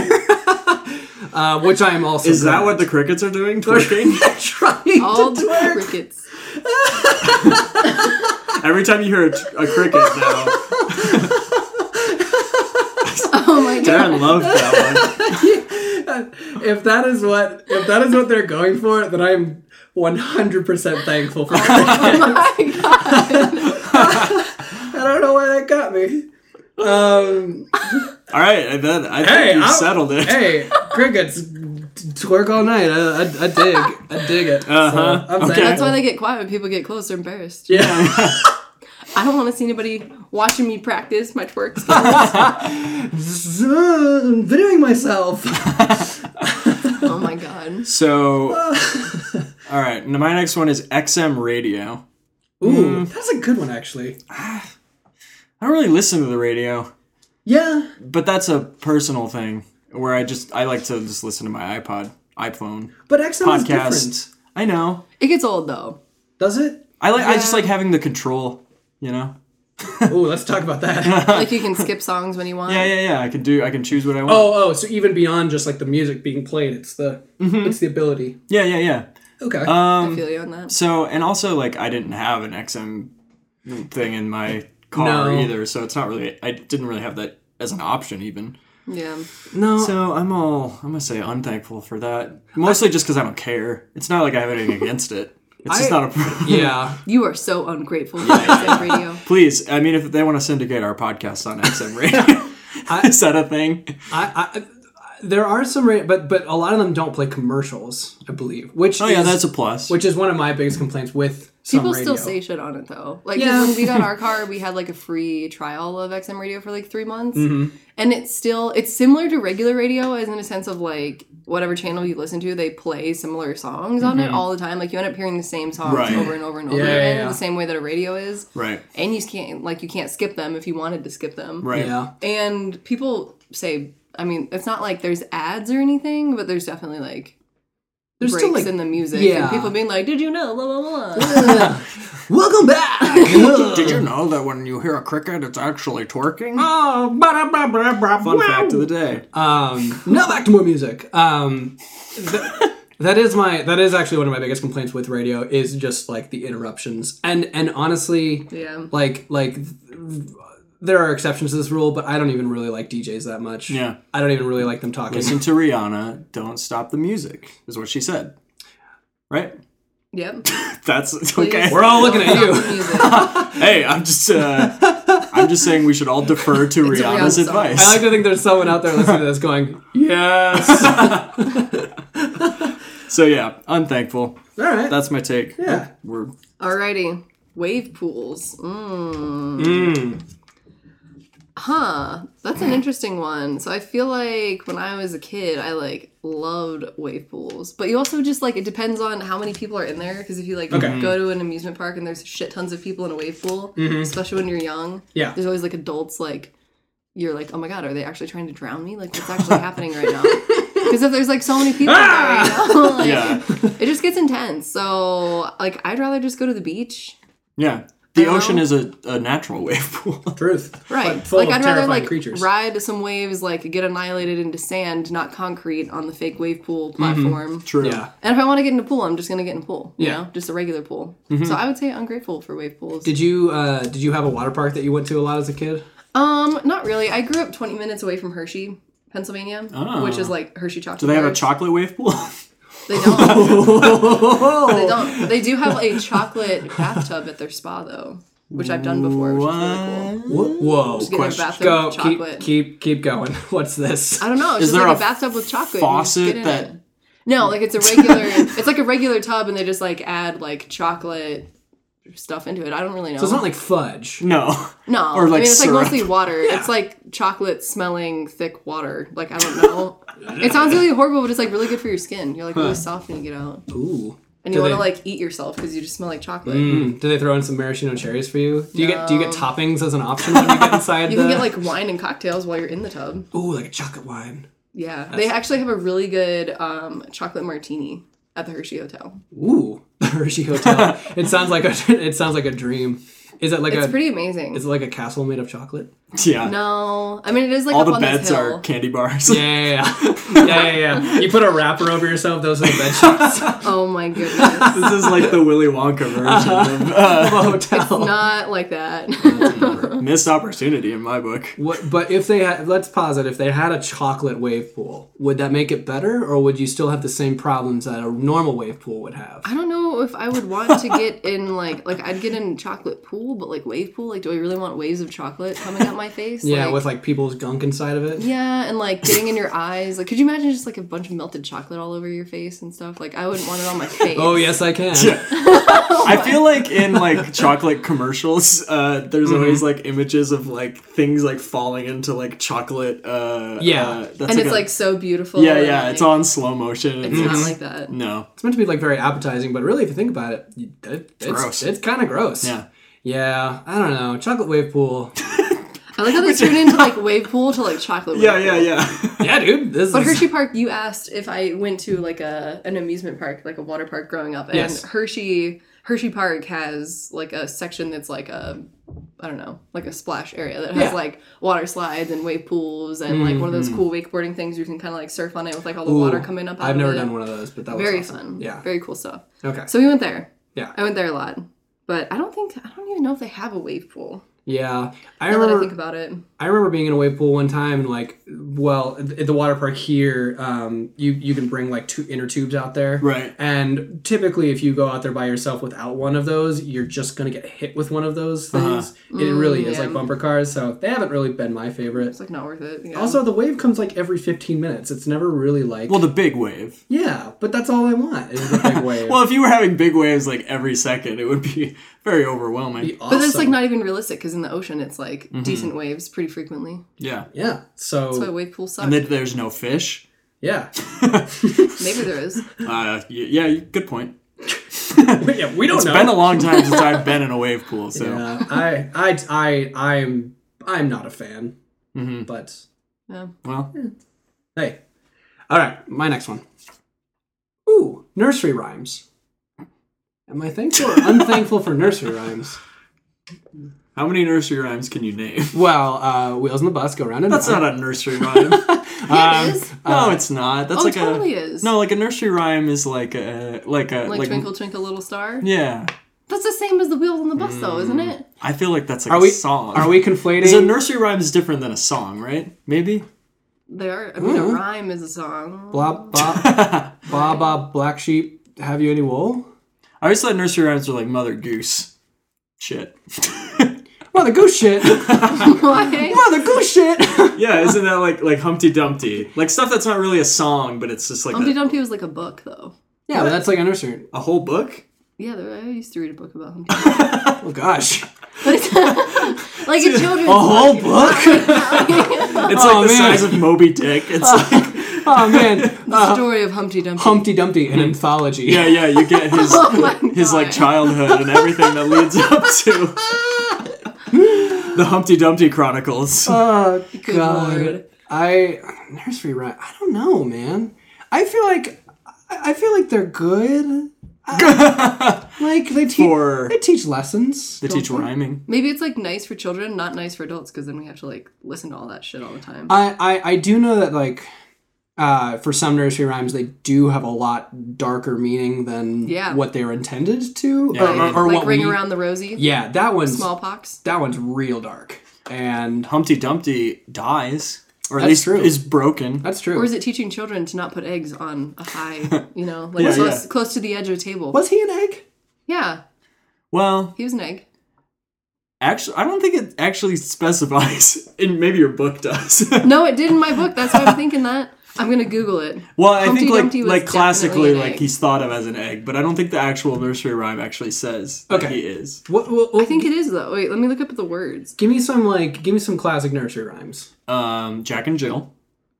uh, which I am also. Is that good what the crickets are doing? Twerking? at. trying All to the twerk? crickets. Every time you hear a, a cricket now, Oh my god. Darren loved that one. If that is what if that is what they're going for, then I'm 100% thankful for that. Oh my god. I don't know why that got me. Um, All right, I bet I think Hey, you I'm- settled it. hey, crickets t- twerk all night. I, I, I dig. I dig it. Uh-huh. I'm Okay. thankful. That's why they get quiet when people get close. They're embarrassed. yeah. I don't want to see anybody watching me practice my twerk. skills. So, I'm videoing myself. oh my god. So, all right, now my next one is XM radio. Ooh, Mm. that's a good one actually. I don't really listen to the radio, Yeah. but that's a personal thing where I just I like to just listen to my iPod, iPhone, But XM is different. podcasts. I know. It gets old though. Does it? I like I just Yeah. like having the control, you know. Ooh, let's talk about that. Like you can skip songs when you want. Yeah, yeah, yeah. I can do I can choose what I want. oh, oh, so even beyond just like the music being played, it's the Mm-hmm. it's the ability. Yeah, yeah, yeah. Um, Okay. Uh, I feel you on that. So and also like I didn't have an XM thing in my car No. either, so it's not really I didn't really have that as an option even. Yeah. no. So I'm all I'm gonna say unthankful for that. Mostly just because I don't care. It's not like I have anything against it. It's just I- not a yeah. You are so ungrateful for XM radio. please. I mean, if they want to syndicate our podcast on XM radio, is that a thing? I, I, I- there are some, ra- but but a lot of them don't play commercials, I believe. Which Oh yeah, is, that's a plus. which is one of my biggest complaints with some People radio. still say shit on it though. Like 'cause Yeah. when we got our car, we had like a free trial of XM radio for like three months, Mm-hmm. and it's still it's similar to regular radio, as in a sense of like whatever channel you listen to, they play similar songs on it all the time. Like you end up hearing the same songs Right. over and over and over Mm-hmm. Yeah, yeah, again, yeah. the same way that a radio is. right. And you just can't like you can't skip them if you wanted to skip them. Right. yeah, And people say, I mean, it's not like there's ads or anything, but there's definitely like. There's breaks still, like- in the music yeah. and people being like, "Did you know?" Blah blah blah. welcome back. Did you know that when you hear a cricket, it's actually twerking? Oh, bada, bada, bada, bada, Fun wow. fact of the day. Um, now back to more music. Um, th- that is my that is actually one of my biggest complaints with radio is just like the interruptions and and honestly, Yeah. like like th- there are exceptions to this rule, but I don't even really like DJs that much. Yeah. I don't even really like them talking. Listen to Rihanna. Don't stop the music. Is what she said. Right. yep. That's okay. Please. We're all looking at Don't you. stop the music. Hey, I'm just uh, I'm just saying we should all defer to Rihanna's Rihanna song. advice. I like to think there's someone out there listening to this going, yes. so yeah, unthankful. All right. That's my take. Yeah. We're Mm. Alrighty. Wave pools. Mm. Huh. That's an interesting one. So I feel like when I was a kid, I like loved wave pools, but you also just like it depends on how many people are in there. Because if you like Okay. go to an amusement park and there's shit tons of people in a wave pool, especially when you're young, Mm-hmm. Yeah. there's always like adults like you're like, oh my god, are they actually trying to drown me? Like what's actually happening right now? Because if there's like so many people, in there Ah! right now, like, Yeah. it just gets intense. So like I'd rather just go to the beach. Yeah. The Well- ocean is a, a natural wave pool. Truth. Right. But full like of I'd rather terrifying like creatures. ride some waves, like get annihilated into sand, not concrete, on the fake wave pool Mm-hmm. platform. True. Yeah. And if I want to get in a pool, I'm just gonna get in a pool. You Yeah. Mm-hmm. know, just a regular pool. So I would say ungrateful for wave pools. Did you uh, did you have a water park that you went to a lot as a kid? um, not really. I grew up 20 minutes away from Hershey, Pennsylvania, which Ah. is like Hershey chocolate. Do they have a bars. chocolate wave pool? They don't. they don't. They do have a chocolate bathtub at their spa though, which I've done before, which is really cool. Whoa. Whoa. Just get a Question. bathtub Go with keep chocolate. keep keep going. What's this? I don't know. It's Is just there like a a bathtub with chocolate. and you just get Faucet in it. that No, like it's a regular. it's like a regular tub, and they just like add like chocolate stuff into it. I don't really know. So it's not like fudge. no. no, or, I like, mean, it's syrup. like mostly water. It's like chocolate smelling thick water. Like I don't know. it sounds really horrible, but it's like really good for your skin. You're like really soft when you get out, Ooh. and you Do want they- to like eat yourself because you just smell like chocolate. Mm, do they throw in some maraschino cherries for you? Do you get do you get toppings as an option when you get inside? You can the... get like wine and cocktails while you're in the tub. ooh like a chocolate wine. Yeah, they actually have a really good um, chocolate martini at the Hershey Hotel. Ooh, the Hershey Hotel. it sounds like a it sounds like a dream. Is it like It's a pretty amazing. is it like a castle made of chocolate? Yeah. No, I mean it is like All up the on this beds hill. are candy bars. Yeah, yeah, yeah, yeah, yeah, yeah. You put a wrapper over yourself. Those are the bed sheets. Oh my goodness, this is like the Willy Wonka version of uh, Hotel. not like that. missed opportunity in my book. What, but if they had, let's pause it. If they had a chocolate wave pool, would that make it better, or would you still have the same problems that a normal wave pool would have? I don't know if I would want to get in like like I'd get in chocolate pool, but like wave pool. Like, do I really want waves of chocolate coming at my face? Yeah, with like people's gunk inside of it. yeah, and like getting in your eyes. Like, could you imagine just like a bunch of melted chocolate all over your face and stuff? Like, I wouldn't want it on my face. Oh yes, I can. Yeah. Oh I feel like in like chocolate commercials, uh, there's always like images of like things like falling into like chocolate. Uh, Yeah. uh, that's and it's a- like so beautiful. yeah, and, yeah. like, It's all Mm-hmm. in slow motion. and It's not it's- like that. no. It's meant to be like very appetizing, but really, if you think about it, you- it it's Gross. It's kind of gross. Yeah. Yeah, I don't know. Chocolate wave pool. I like how they turn into like wave pool to like chocolate. Wave Yeah, pool. yeah, yeah. yeah, dude. This But is Hershey Park, you asked if I went to like a an amusement park, like a water park growing up. And Yes. Hershey Hershey Park has like a section that's like a I don't know, like a splash area that has Yeah. Mm-hmm. like water slides and wave pools and like one of those cool wakeboarding things where you can kind of like surf on it with like all the water Ooh, coming up. Out I've of never it. done one of those, but that Very was awesome. fun. Yeah. Very cool stuff. okay. So we went there. yeah. I went there a lot, but I don't think I don't even know if they have a wave pool. Yeah. I Now that I remember. think about it, I remember being in a wave pool one time, and like, well, at the water park here, um, you you can bring like two inner tubes out there, Right. And typically, if you go out there by yourself without one of those, you're just gonna get hit with one of those Uh-huh. things. It really is Mm, yeah. like bumper cars, so they haven't really been my favorite. it's like not worth it. Yeah. Also, the wave comes like every 15 minutes. It's never really like. Well, the big wave. yeah, but that's all I want is the big wave. Well, if you were having big waves like every second, it would be very overwhelming. Awesome. but it's like not even realistic because in the ocean it's like Mm-hmm. decent waves pretty frequently. Yeah. Yeah. That's why So wave pool sucks. Oh. And then there's no fish. yeah, Maybe there is. Uh, y- yeah, good point. yeah, we don't It's know. been a long time since I've been in a wave pool, so yeah, I, I, I, I'm, I'm not a fan. But Yeah. well, hey, all right, my next one. Ooh, nursery rhymes. Am I thankful or unthankful for nursery rhymes? how many nursery rhymes can you name? Well, uh, wheels on the bus go round and That's round. not a nursery rhyme. Um, Uh, Yeah, it is. No, it's not. That's Oh, like it totally a is. no, like a nursery rhyme is like a like a Like, like, Twinkle Twinkle Little Star. yeah. Mm. That's the same as the wheels on the bus, though, isn't it? I feel like that's like Are a we song. Are we conflating? Is a nursery rhyme is different than a song, right? Maybe. They are. I mean, a Mm. Mhm. rhyme is a song. blah blah blah blah black sheep? Have you any wool? I always thought nursery rhymes were like Mother Goose. Shit. Well, the goose shit. Why? Well, the goose shit. yeah, isn't that like like Humpty Dumpty? Like stuff that's not really a song, but it's just like Humpty a, Dumpty was like a book, though. yeah, but that's like a nursery. a whole book. Yeah, there- I used to read a book about him. Oh gosh, But it's like a children's a whole book. book. It's Oh, like the man. size of Moby Dick. It's like Oh man, uh, Hmm. The story of Humpty Dumpty. Humpty Dumpty, an anthology. yeah, yeah. You get his Oh my his like God. childhood and everything that leads up to the Humpty Dumpty Chronicles. Uh, Oh Good god. lord. I nursery rhyme. I don't know, man. I feel like I I feel like they're good. I- like they teach For- they teach lessons. they don't teach they? rhyming. Maybe it's like nice for children, not nice for adults, because then we have to like listen to all that shit all the time. I, I I do know that like uh, for some nursery rhymes they do have a lot darker meaning than Yeah. what they were intended to Yeah, or, yeah, yeah. or like what Ring we- Around the Rosie, yeah that one's Smallpox. that one's real dark and Humpty Dumpty dies, or at That's least true. is broken. that's true Or is it teaching children to not put eggs on a high, you know, like Yeah, close, yeah. close to the edge of the table? was he an egg Yeah, Well, he was an egg. actually, I don't think it actually specifies, and maybe your book does. No, it did in my book. That's why I'm thinking that. I'm gonna Google it. Well, I Humpty think like Dumpty was like definitely classically an like egg. he's thought of as an egg, but I don't think the actual nursery rhyme actually says that Okay. he is. what, what, I think it is though. Wait, let me look up the words. give me some like give me some classic nursery rhymes Um, Jack and Jill.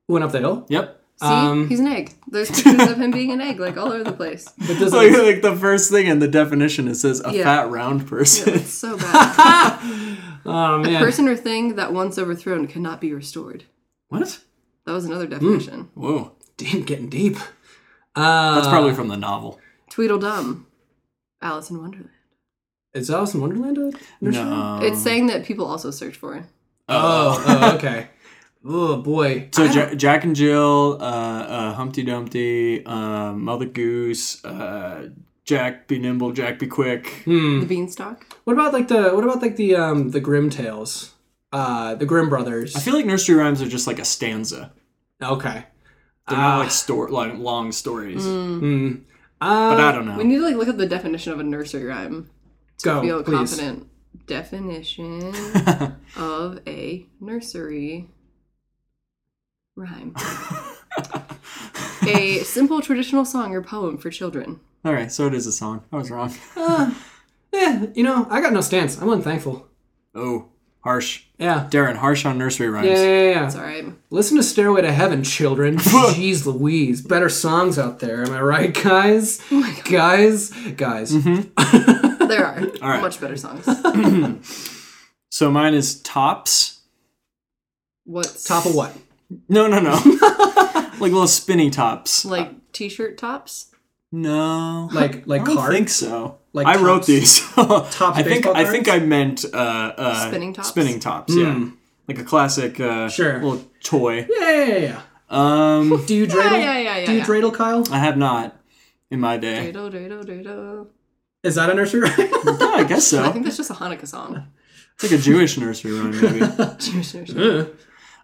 went up the hill Yep. See, Um, he's an egg. There's pictures of him being an egg, like all over the place. but this Like, is, like the first thing in the definition it says a Yeah. fat round person. It's so bad. oh man Person or thing that once overthrown cannot be restored. what? That was Mm. another definition. Whoa. damn getting deep uh, That's probably from the novel. Tweedledum, Alice in Wonderland. is Alice in Wonderland a nursery rhyme? No. it's saying that people also search for it. Oh, oh, okay. Oh boy. So ja- Jack and Jill, uh, uh, Humpty Dumpty, um, Mother Goose, uh, Jack be nimble, Jack be quick. The beanstalk. Hmm. What about like the what about like the um the Grim Tales? Uh the Grimm brothers. I feel like nursery rhymes are just like a stanza. okay. They're not like store like long stories. Uh But I Oh. don't know. We need to like look at the definition of a nursery rhyme. Uh, go, Feel Oh, please. confident. Definition of a nursery rhyme. a simple traditional song or poem for children. All right, so it is a song. I was wrong. Yeah, you know, I got no stance. I'm unthankful. Oh, harsh. Yeah. Darren, harsh on nursery rhymes. Yeah, yeah, yeah. It's all right. Listen to Stairway to Heaven, children. Jeez Louise. Better songs out there, am I right, guys? Oh guys, guys. Mm-hmm. There are right. much better songs. So mine is tops. What's Top of what? No, no, no. like little spinny tops. like t-shirt tops? No. Like like I don't card? think so. Like I wrote tops- these. I think baseball I think I cards? Hmm. meant uh, uh, Spinning tops? Spinning tops, yeah. Like a classic uh, Sure. little Yeah, toy. yeah, yeah, yeah. Um, Do you dreidel? yeah, yeah, yeah, Do you yeah. dreidel, Kyle? I have not in my day. Dreidel, dreidel, dreidel. Is that a nursery rhyme? No, I guess I so. think that's just a Hanukkah song. It's like a Jewish nursery rhyme, maybe. Sure.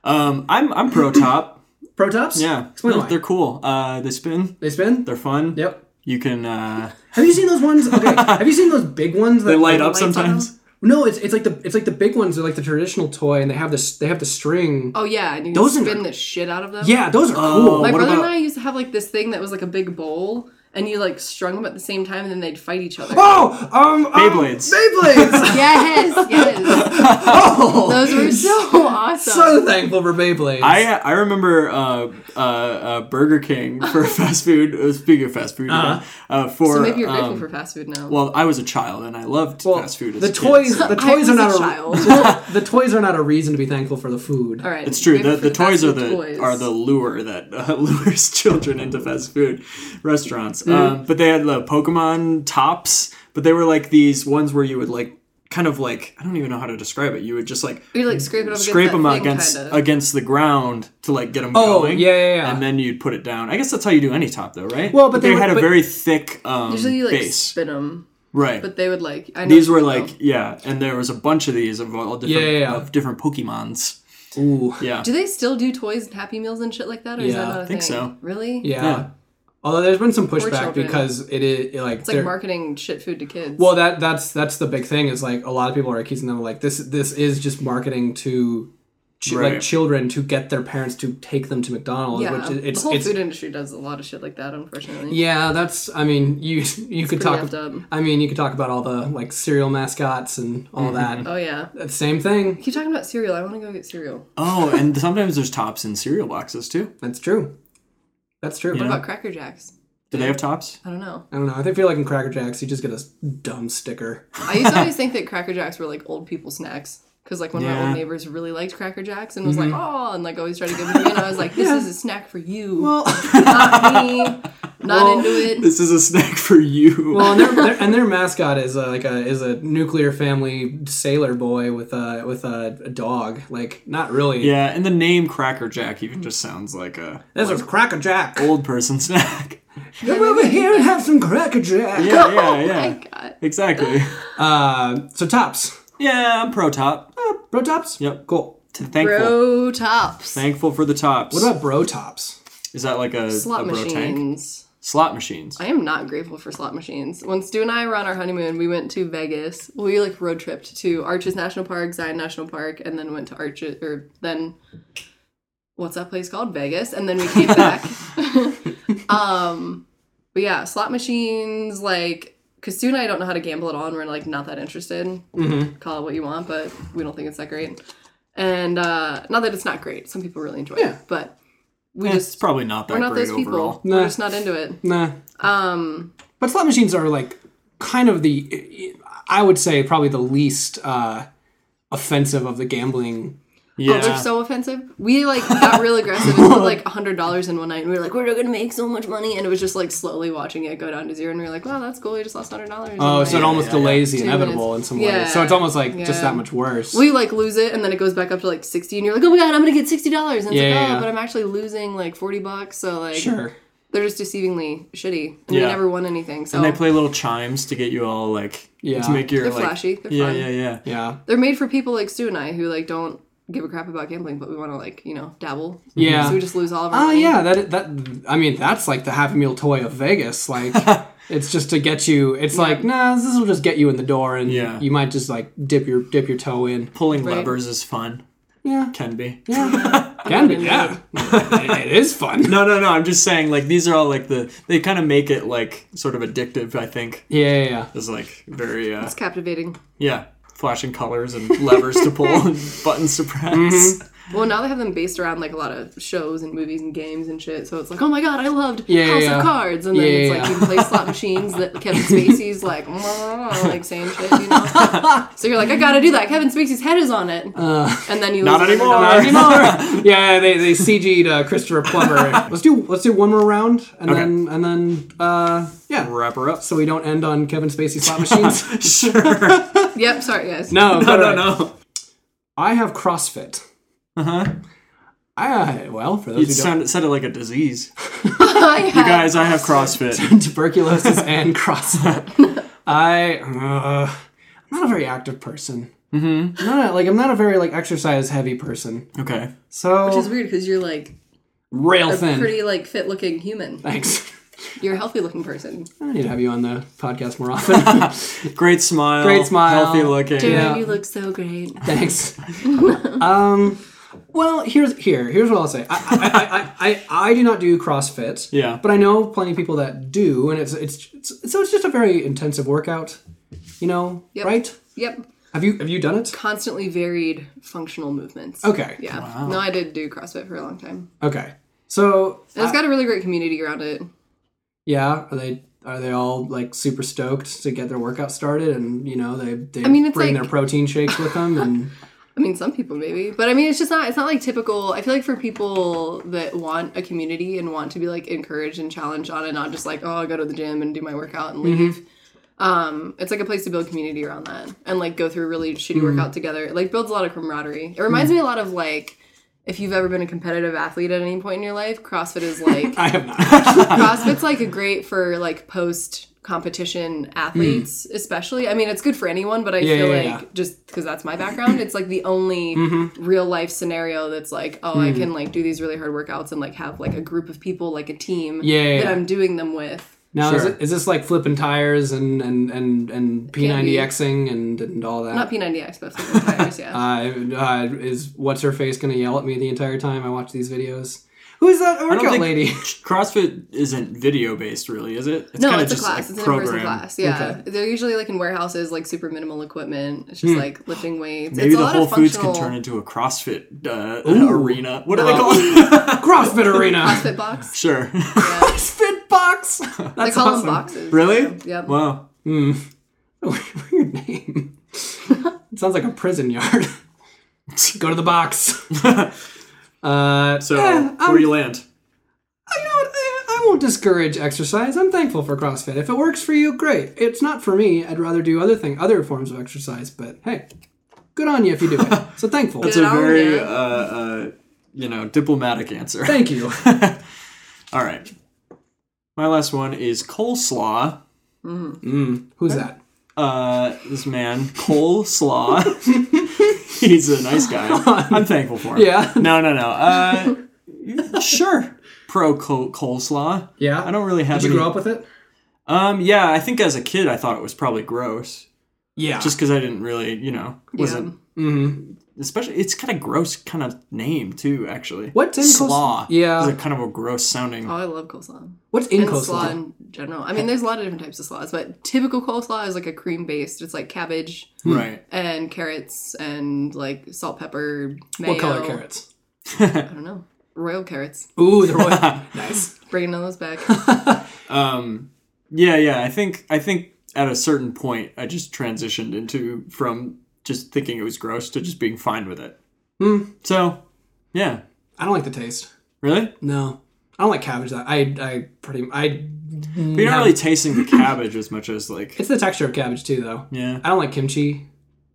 Um, I'm I'm pro top. Pro tops? Yeah, Explain No, why. they're cool. Uh, they spin. They spin? They're fun. Yep. You can. Uh, Have you seen those ones? Okay. Have you seen those big ones that they light up lights on sometimes. No, it's it's like the it's like the big ones. They're like the traditional toy, and they have this they have the string. Oh yeah, and you Those spin are- the shit out of them. Yeah, those are Oh. cool. My What brother about- and I used to have like this thing that was like a big bowl, and you like strung them at the same time, and then they'd fight each other. oh, um, um, Beyblades. Beyblades. Yes, yes, oh, those were so awesome. so thankful for Beyblades. I I remember uh, uh, uh, Burger King for fast food. uh, Speaking of fast food, Uh-huh. uh for So maybe you're grateful um, for fast food now. well, I was a child and I loved Well, fast food. As the a kid, toys. so- The I toys was are a not child. the toys are not a reason to be thankful for the food. All right, It's true. grateful The, for the fast toys are food the toys. are the lure that uh, lures children into fast food restaurants. Um, but they had the Pokemon tops, but they were like these ones where you would like kind of like I don't even know how to describe it. You would just like you like scrape it up scrape against them that thing, against kinda. against the ground to like get them Oh, going. yeah, yeah, yeah. And then you'd put it down. I guess that's how you do any top though, right? Well, but they would- had a but- very thick um, Usually you like base, spin them, right? but they would like. I know these were you know. like yeah, and there was a bunch of these of all different Yeah, yeah, yeah. of different Pokemons. Ooh. Yeah, Do they still do toys and Happy Meals and shit like that? Or is Yeah, that not a I think thing? so. Really? Yeah. Yeah. Although there's been some pushback children. because it is it, like It's like marketing shit food to kids. Well, that that's that's the big thing is like a lot of people are accusing them of like this this is just marketing to ch- like Right. children to get their parents to take them to McDonald's, Yeah, which is- it's the whole it's food industry does a lot of shit like that, unfortunately. yeah, that's. I mean, you you could pretty talk. effed up. I mean, you could talk about all the like cereal mascots and all that. Oh yeah. That's Same thing. Keep talking about cereal. I want to go get cereal. Oh, and sometimes there's tops in cereal boxes too. That's true. That's true. What about Cracker Jacks? Do they have tops? I don't know. I don't know. I think- feel like in Cracker Jacks, you just get a s- dumb sticker. I used to always think that Cracker Jacks were like old people snacks. Because like one of my Yeah. Mm-hmm. old neighbors really liked Cracker Jacks and was like, oh, and like always tried to give them to me, and I was like, this is a snack for you, not me, not into it. This is a snack for you. Well, and their, their and their mascot is uh, like a is a nuclear family sailor boy with a with a, a dog. Like not really. yeah, and the name Cracker Jack even just sounds like a This is Cracker Jack. old person snack. Come over here and have some Cracker Jack. Yeah, yeah, Oh My yeah. God. Exactly. Uh, so tops, Yeah, I'm pro top. bro tops. Yep. Cool. T- Thankful. Bro tops. Thankful for the tops. What about bro tops? is that like a slot a bro tank? machines. Slot machines. I am not grateful for slot machines. When Stu and I were on our honeymoon, we went to Vegas. We like road tripped to Arches National Park, Zion National Park, and then went to Arches or then what's that place called? Vegas. And then we came back. um but yeah, slot machines, like because Stu and I don't know how to gamble at all and we're like not that interested. Mm-hmm. Call it what you want, but we don't think it's that great. And uh not that it's not great. Some people really enjoy Yeah. it. But we Eh, it's just probably not that we're not great those overall. people. Oh, Nah. We're just not into it. Nah. Um, But slot machines are like kind of the, I would say probably the least uh, offensive of the gambling. Yeah. they're so offensive. We like got real aggressive and put like hundred dollars in one night, and we were like, "We're gonna make so much money," and it was just like slowly watching it go down to zero, and we were like, "Wow, that's cool. We just lost hundred dollars." Oh, so it almost delays the Two inevitable minutes. in some ways. Yeah. So it's almost like just Yeah. that much worse. we like lose it, and then it goes back up to like sixty, and you're like, "Oh my god, I'm gonna get sixty dollars," and it's Yeah, like, yeah, "Oh, yeah. but I'm actually losing like forty bucks." So like, sure. they're just deceivingly shitty, and we Yeah. never won anything. So and they play little chimes to get you all like Yeah. to make your They're like flashy, they're yeah, fun. yeah, yeah. Yeah. they're made for people like Stu and I who like don't give a crap about gambling, but we want to like you know dabble. Yeah. so we just lose all of Ah, our Oh money. yeah, that that I mean that's like the Happy Meal toy of Vegas. Like it's just to get you. It's like nah, this will just get you in the door, and Yeah. you might just like dip your dip your toe in. Pulling Right. levers is fun. Yeah, Can be. can be. Yeah, it is fun. No, no, no. I'm just saying like these are all like the they kind of make it like sort of addictive. I think Yeah, yeah, yeah. is like very uh, It's captivating. yeah, flashing colors and levers to pull and buttons to press. Well, now they have them based around like a lot of shows and movies and games and shit. So it's like, oh my god, I loved Yeah, House yeah. of Cards, and then Yeah, it's yeah, like yeah. you play slot machines that Kevin Spacey's like, like saying shit, you know. so you're like, I gotta do that. Kevin Spacey's head is on it, Uh, and then you Not lose anymore. yeah, $100. yeah, they they CG'd uh, Christopher Plummer. let's do let's do one more round, and Okay. then and then uh, yeah. Wrap her up. So we don't end on Kevin Spacey slot machines. sure. Yep, sorry guys. no, No, no, no. I have CrossFit. Uh huh. I well for those You who don't. sound, said it like a disease. I had- Guys, I have CrossFit. tuberculosis and CrossFit. I uh, I'm not a very active person. Mm-hmm. Not like I'm not a very like exercise heavy person. Okay. So Which is weird because you're like rail a thin. pretty like fit looking human. Thanks. You're a healthy looking person. I need to have you on the podcast more often. Great smile. Great smile. Healthy looking. Dude, Yeah. you look so great. Thanks. um, well, here's here here's what I'll say. I I, I, I I do not do CrossFit. Yeah. But I know plenty of people that do, and it's it's, it's so it's just a very intensive workout. You know, Yep. right? Yep. Have you have you done it? Constantly varied functional movements. Okay. Yeah. No, I did do CrossFit for a long time. Okay. So And it's got a really great community around it. Yeah, are they are they all like super stoked to get their workout started and you know they they I mean, it's bring like- their protein shakes with them and I mean, some people maybe, but I mean, it's just not. It's not like typical. I feel like for people that want a community and want to be like encouraged and challenged on it, not just like oh, I go to the gym and do my workout and leave. Um, it's like a place to build community around that and like go through a really shitty workout together. It, like builds a lot of camaraderie. It reminds me a lot of like if you've ever been a competitive athlete at any point in your life, CrossFit is like I have not. CrossFit's like a great for like post competition athletes, especially. I mean, it's good for anyone, but Mm. I Yeah, feel yeah, like yeah. Mm-hmm. just because that's my background, it's like the only real life scenario that's like, oh, Mm. I can like do these really hard workouts and like have like a group of people, like a team Yeah, yeah, that yeah. I'm doing them with. Now is, Sure. it, is this like flipping tires and and and and P90Xing and, and all that? Not P90X, but flipping tires, yeah. uh, uh, is what's her face gonna yell at me the entire time I watch these videos? Who's that I don't workout think lady? CrossFit isn't video based, really, is it? It's no, kinda it's a class. it's an in-person class. Yeah, Okay. Hmm. they're usually like in warehouses, like super minimal equipment. It's just like lifting weights. Maybe it's a the lot Whole of Foods functional can turn into a CrossFit uh, arena. What do they call it? CrossFit Arena. CrossFit box. sure. Yeah. CrossFit box. That's they call awesome. them boxes. really? Yep. Wow. Weird name. it sounds like a prison yard. Go to the box. uh, So yeah, I'm- where you um, land? I, know what, I, I won't discourage exercise. I'm thankful for CrossFit. If it works for you, great. It's not for me. I'd rather do other thing, other forms of exercise. But hey, good on you if you do it. So thankful. It's a on very you. uh, uh, you know diplomatic answer. Thank you. All right. My last one is coleslaw. Who's that? Uh, this man, Cole Slaw. He's a nice guy. I'm thankful for him. Yeah. No, no, no. Uh, sure. Pro col- coleslaw. Yeah. I don't really have. Did you any- grow up with it? Um. Yeah. I think as a kid, I thought it was probably gross, Yeah. just because I didn't really, you know, wasn't. Especially, it's kind of gross, kind of name too. Actually, What's in col- slaw? Yeah. is a kind of a gross sounding. Oh, I love coleslaw. What's in And slaw coleslaw? in general. I mean, there's a lot of different types of slaws, but typical coleslaw is like a cream based. It's like cabbage Right. and carrots and like salt, pepper, mayo. What color carrots? I don't know. Royal carrots. Ooh, they're white. nice. Bringing those back. Um. Yeah. Yeah. I think. I think at a certain point, I just transitioned into from just thinking it was gross to just being fine with it. Hmm. So, yeah. I don't like the taste. Really? No, I don't like cabbage. That I I pretty I. Mm, But you're not really tasting the cabbage as much as like. It's the texture of cabbage too, though. Yeah. I don't like kimchi.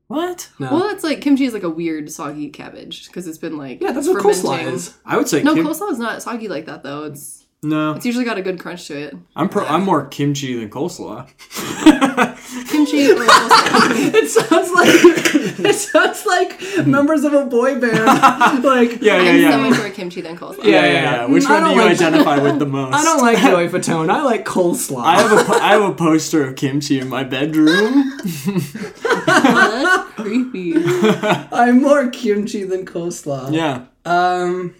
What? No. well, that's like kimchi is like a weird soggy cabbage because it's been like Yeah, that's what coleslaw fermenting. is. I would say No, kim- coleslaw is not soggy like that though. It's no. it's usually got a good crunch to it. I'm pro- I'm more kimchi than coleslaw. Kimchi or coleslaw. It sounds like it sounds like members of a boy band. Like Yeah, yeah, I'm yeah. so much more kimchi than coleslaw. yeah, yeah, yeah, yeah. yeah. Which Mm, I one do don't you like- identify with the most? I don't like Joey Fatone. I like coleslaw. I have a po- I have a poster of kimchi in my bedroom. That's creepy. I'm more kimchi than coleslaw. Yeah. Um.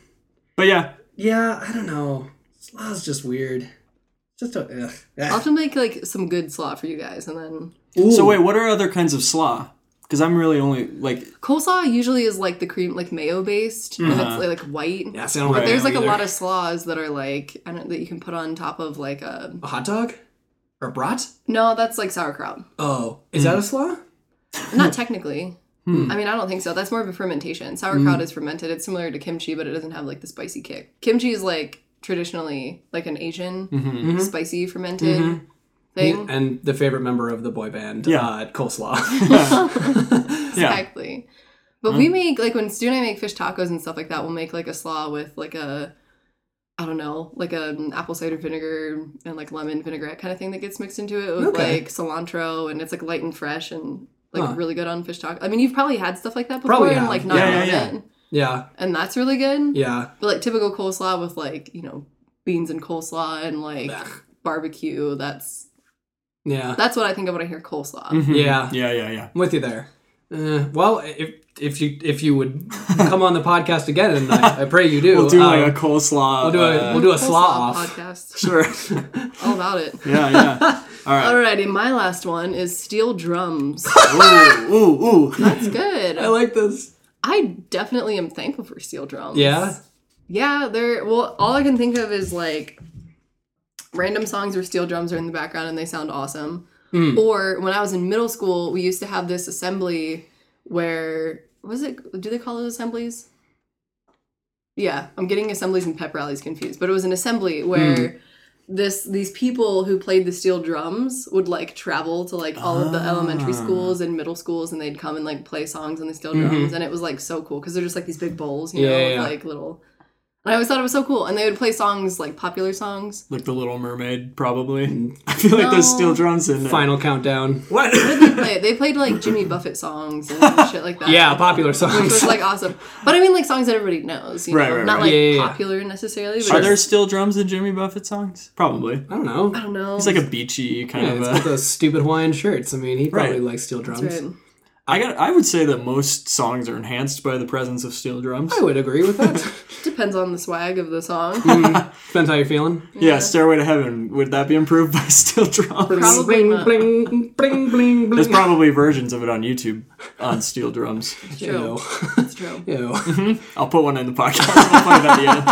But yeah, Yeah. I don't know. Slaw's just weird. Just a. eh. Ugh. I'll have to make like some good slaw for you guys, and then Eh. So wait, what are other kinds of slaw? Because I'm really only like coleslaw usually is like the cream, like mayo based, and it's like white. Mm-hmm. Yeah, see, I don't like There's mayo like a either. lot of slaws that are like I don't that you can put on top of like a a hot dog or a brat. no, that's like sauerkraut. Oh, is Mm. that a slaw? Hmm. Not technically. I mean, I don't think so. That's more of a fermentation. Sauerkraut Hmm. is fermented. It's similar to kimchi, but it doesn't have like the spicy kick. Kimchi is like traditionally like an Asian Mm-hmm. spicy fermented thing. And the favorite member of the boy band, Yeah. uh, coleslaw. yeah, Exactly. But we Um, make like when Stu and I make fish tacos and stuff like that, we'll make like a slaw with like a I don't know, like an apple cider vinegar and like lemon vinaigrette kind of thing that gets mixed into it with Okay. like cilantro and it's like light and fresh and like Huh. really good on fish taco. I mean, you've probably had stuff like that before Probably and have. like not Yeah, known yeah, yeah. it. yeah, And that's really good. yeah. But like typical coleslaw with like, you know, beans and coleslaw and like Ugh. barbecue, that's Yeah, that's what I think of when I hear coleslaw. yeah. yeah, yeah, yeah. I'm with you there. Uh, well, if if you if you would come on the podcast again, and I, I pray you do, We'll do um, like a coleslaw. we'll do a uh, we'll do a slaw Coleslaw off. podcast. sure. All about it. yeah, yeah. Alrighty, my last one is steel drums. Ooh, ooh, ooh. That's good. I like this. I definitely am thankful for steel drums. Yeah, Yeah, they're well, all I can think of is like random songs where steel drums are in the background and they sound awesome. Hmm. Or when I was in middle school, we used to have this assembly where was it do they call those assemblies? Yeah, I'm getting assemblies and pep rallies confused, but it was an assembly where Hmm. this these people who played the steel drums would like travel to like all of the Ah. elementary schools and middle schools and they'd come and like play songs on the steel drums and it was like so cool because they're just like these big bowls you Mm-hmm. Yeah, know yeah, with yeah. like little And I always thought it was so cool. And they would play songs like popular songs. Like the Little Mermaid, Mm. probably. I feel like there's No. steel drums in there. Final countdown. What? They played, they played like Jimmy Buffett songs and shit like that. Yeah, popular Which was songs. like awesome. But I mean like songs that everybody knows, you Right, know. right, Not right. like Yeah, yeah, yeah. popular necessarily, but Are there just- steel drums in Jimmy Buffett songs? Probably. I don't know. I don't know. It's like a beachy kind Yeah, of. it's uh, got those stupid Hawaiian shirts. I mean, he probably Right. likes steel drums. Right. I got. I would say that most songs are enhanced by the presence of steel drums. I would agree with that. Depends on the swag of the song. Hmm. Depends how you're feeling. Yeah, Stairway to Heaven. Would that be improved by steel drums? Probably bling, not. bling, bling, bling, bling, There's probably versions of it on YouTube on steel drums. True. It's true. Ew. I'll put one in the podcast. We'll play it at the end.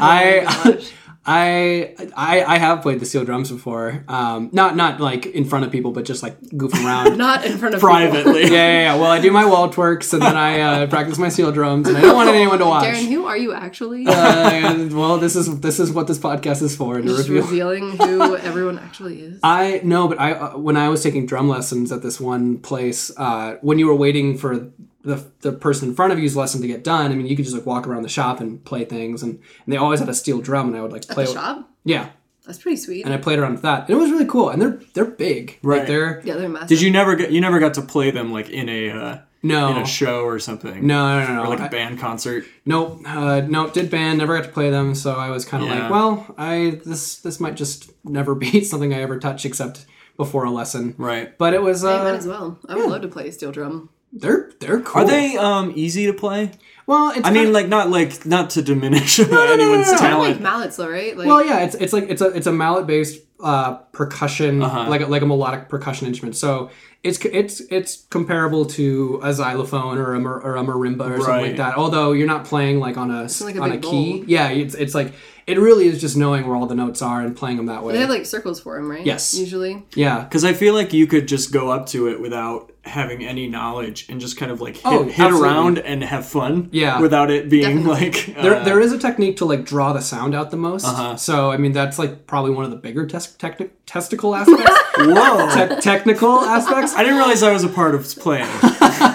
I, I, I, I have played the steel drums before. Um, not not like in front of people, but just like goofing around. Not in front of people. Privately. yeah, yeah, yeah. Well, I do my wall twerks and then I uh, practice my steel drums, and I don't want anyone to watch. Darren, who are you actually? Uh, well, this is this is what this podcast is for to just reveal. revealing who everyone actually is. I no, but I uh, when I was taking drum lessons at this one place, uh, when you were waiting for the the person in front of you's lesson to get done, I mean, you could just like walk around the shop and play things, and, and they always had a steel drum, and I would like play. the with- shop. Yeah, That's pretty sweet. and I played around with that, and it was really cool. And they're they're big, Right. Like they're yeah, they're massive. Did you never get? You never got to play them like in a uh, no. in a show or something. no, no, no, no. Or like I- a band concert. Nope, uh, nope. Did ban. Never got to play them, so I was kind of Yeah. like, well, I this this might just never be something I ever touch except before a lesson. Right. But it was. I might Uh, as well. I would love to play a steel drum. they're they're cool. Are they um, easy to play? Well, it's I kinda- mean, like not like not to diminish anyone's no, no. Kind of like talent. mallets, though, right? Like, Well, yeah, it's it's like it's a it's a mallet based uh, percussion, Uh-huh. like a, like a melodic percussion instrument. So it's c- it's it's comparable to a xylophone or a mar- or a marimba or something Right. like that. Although you're not playing like on a s- like a on a big key. bowl. Yeah, it's it's like it really is just knowing where all the notes are and playing them that way. they have like circles for them, right? Yes. Usually. yeah. Because I feel like you could just go up to it without having any knowledge and just kind of like hit, Oh, hit absolutely. around and have fun. Yeah. Without it being like. uh, Uh-huh. There, there is a technique to like draw the sound out the most. So I mean that's like probably one of the bigger tes- techni- testicle aspects, Whoa. te- technical aspects. I didn't realize I was a part of playing.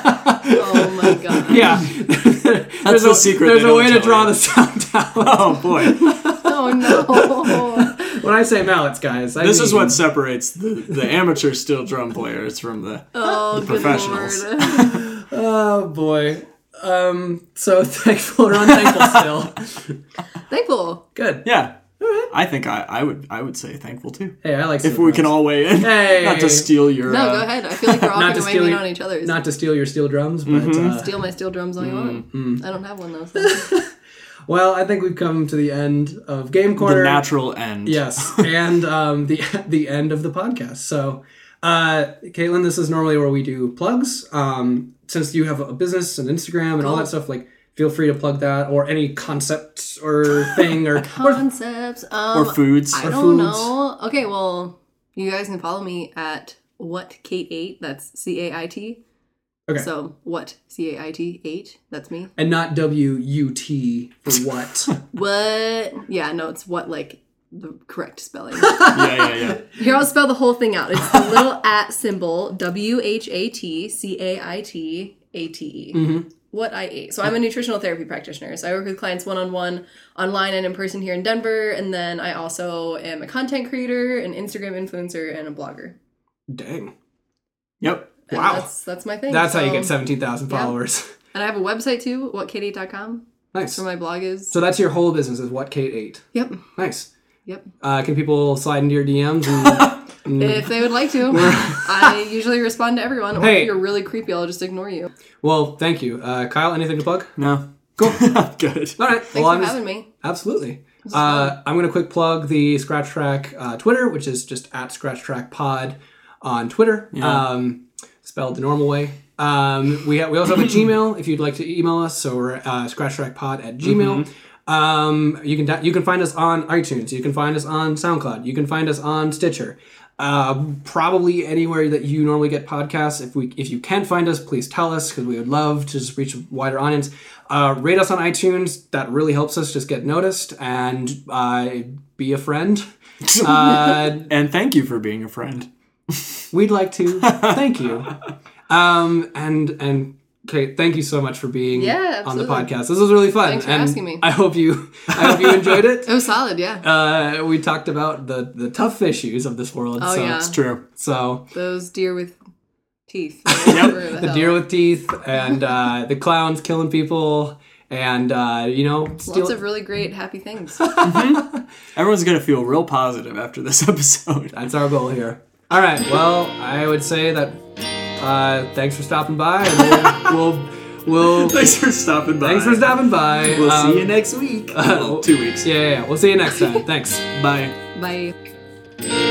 Oh my god. Yeah, that's the secret There's they a don't way to tell draw you. the sound out. Oh boy. Oh no. When I say mallets, guys, I This is mean- what separates the, the amateur steel drum players from the. Oh, good professionals. lord. Oh boy. Um. So thankful or unthankful still. Thankful. Good. Yeah. I think I, I would I would say thankful too. Hey, I like. If we can all weigh in. Hey. Not to steal your. No, uh, go ahead. I feel like we're all Not going to to steal weigh in your- on each other's. not to steal your steel drums, but Mm-hmm. uh, steal my steel drums all you want. Mm, I don't have one though. so- well, I think we've come to the end of Game Corner. The natural end. Yes, and um, the the end of the podcast. So, uh, Caitlin, this is normally where we do plugs. Um, since you have a business and Instagram and all that stuff, like feel free to plug that or any concept or thing or, or Concepts. Um, Or foods. I Or don't foods. know. Okay, well, you guys can follow me at what Kate eight. That's C A I T. Okay. So what C A I T eight? That's me. and not W U T for what. What? Yeah, no, it's what like the correct spelling. yeah, yeah, yeah. Here, I'll spell the whole thing out. It's the little at symbol W H A T C A I T A T Mm-hmm. E. What I ate. So I'm a nutritional therapy practitioner. So I work with clients one on one, online and in person here in Denver. And then I also am a content creator, an Instagram influencer, and a blogger. Dang. Yep. And Wow. That's, that's my thing. That's how you So- get 17,000 yeah. followers. And I have a website too, whatkatie.com. Nice. That's where my blog is. So that's your whole business is what Kate ate. yep. Nice. Yep. Uh, can people slide into your DMs? And, If they would like to, I usually respond to everyone. Or Hey. if you're really creepy, I'll just ignore you. well, thank you. Uh, Kyle, anything to plug? No. Cool. Good. All right. Thanks well, for I'm just- having me. Absolutely. Uh, I'm going to quick plug the Scratch Track uh, Twitter, which is just at Scratch Track Pod on Twitter, um, spelled the normal way. Um, we, ha- we also have a Gmail if you'd like to email us, so we're uh, scratchtrackpod at gmail. Um, you can da- you can find us on iTunes. You can find us on SoundCloud. You can find us on Stitcher. Uh, probably anywhere that you normally get podcasts. If we if you can find us, please tell us because we would love to just reach a wider audience. Uh, rate us on iTunes. That really helps us just get noticed and uh, be a friend. Uh, And thank you for being a friend. we'd like to thank you. Um, and and Kate, thank you so much for being Yeah, on the absolutely. podcast. This was really fun. Thanks for and asking me. I hope you I hope you enjoyed it. It was solid, yeah. Uh, we talked about the the tough issues of this world. Oh, so yeah. It's true. so Those deer with teeth. the deer with teeth and uh, the clowns killing people and uh, you know Lots steal- of really great happy things. Mm-hmm. Everyone's gonna feel real positive after this episode. that's our goal here. All right. Well, I would say that uh, thanks for stopping by. And we'll we'll, we'll Thanks for stopping by. thanks for stopping by. We'll Um, see you next week. well, two weeks. Yeah, yeah, yeah. We'll see you next time. Thanks. Bye. Bye.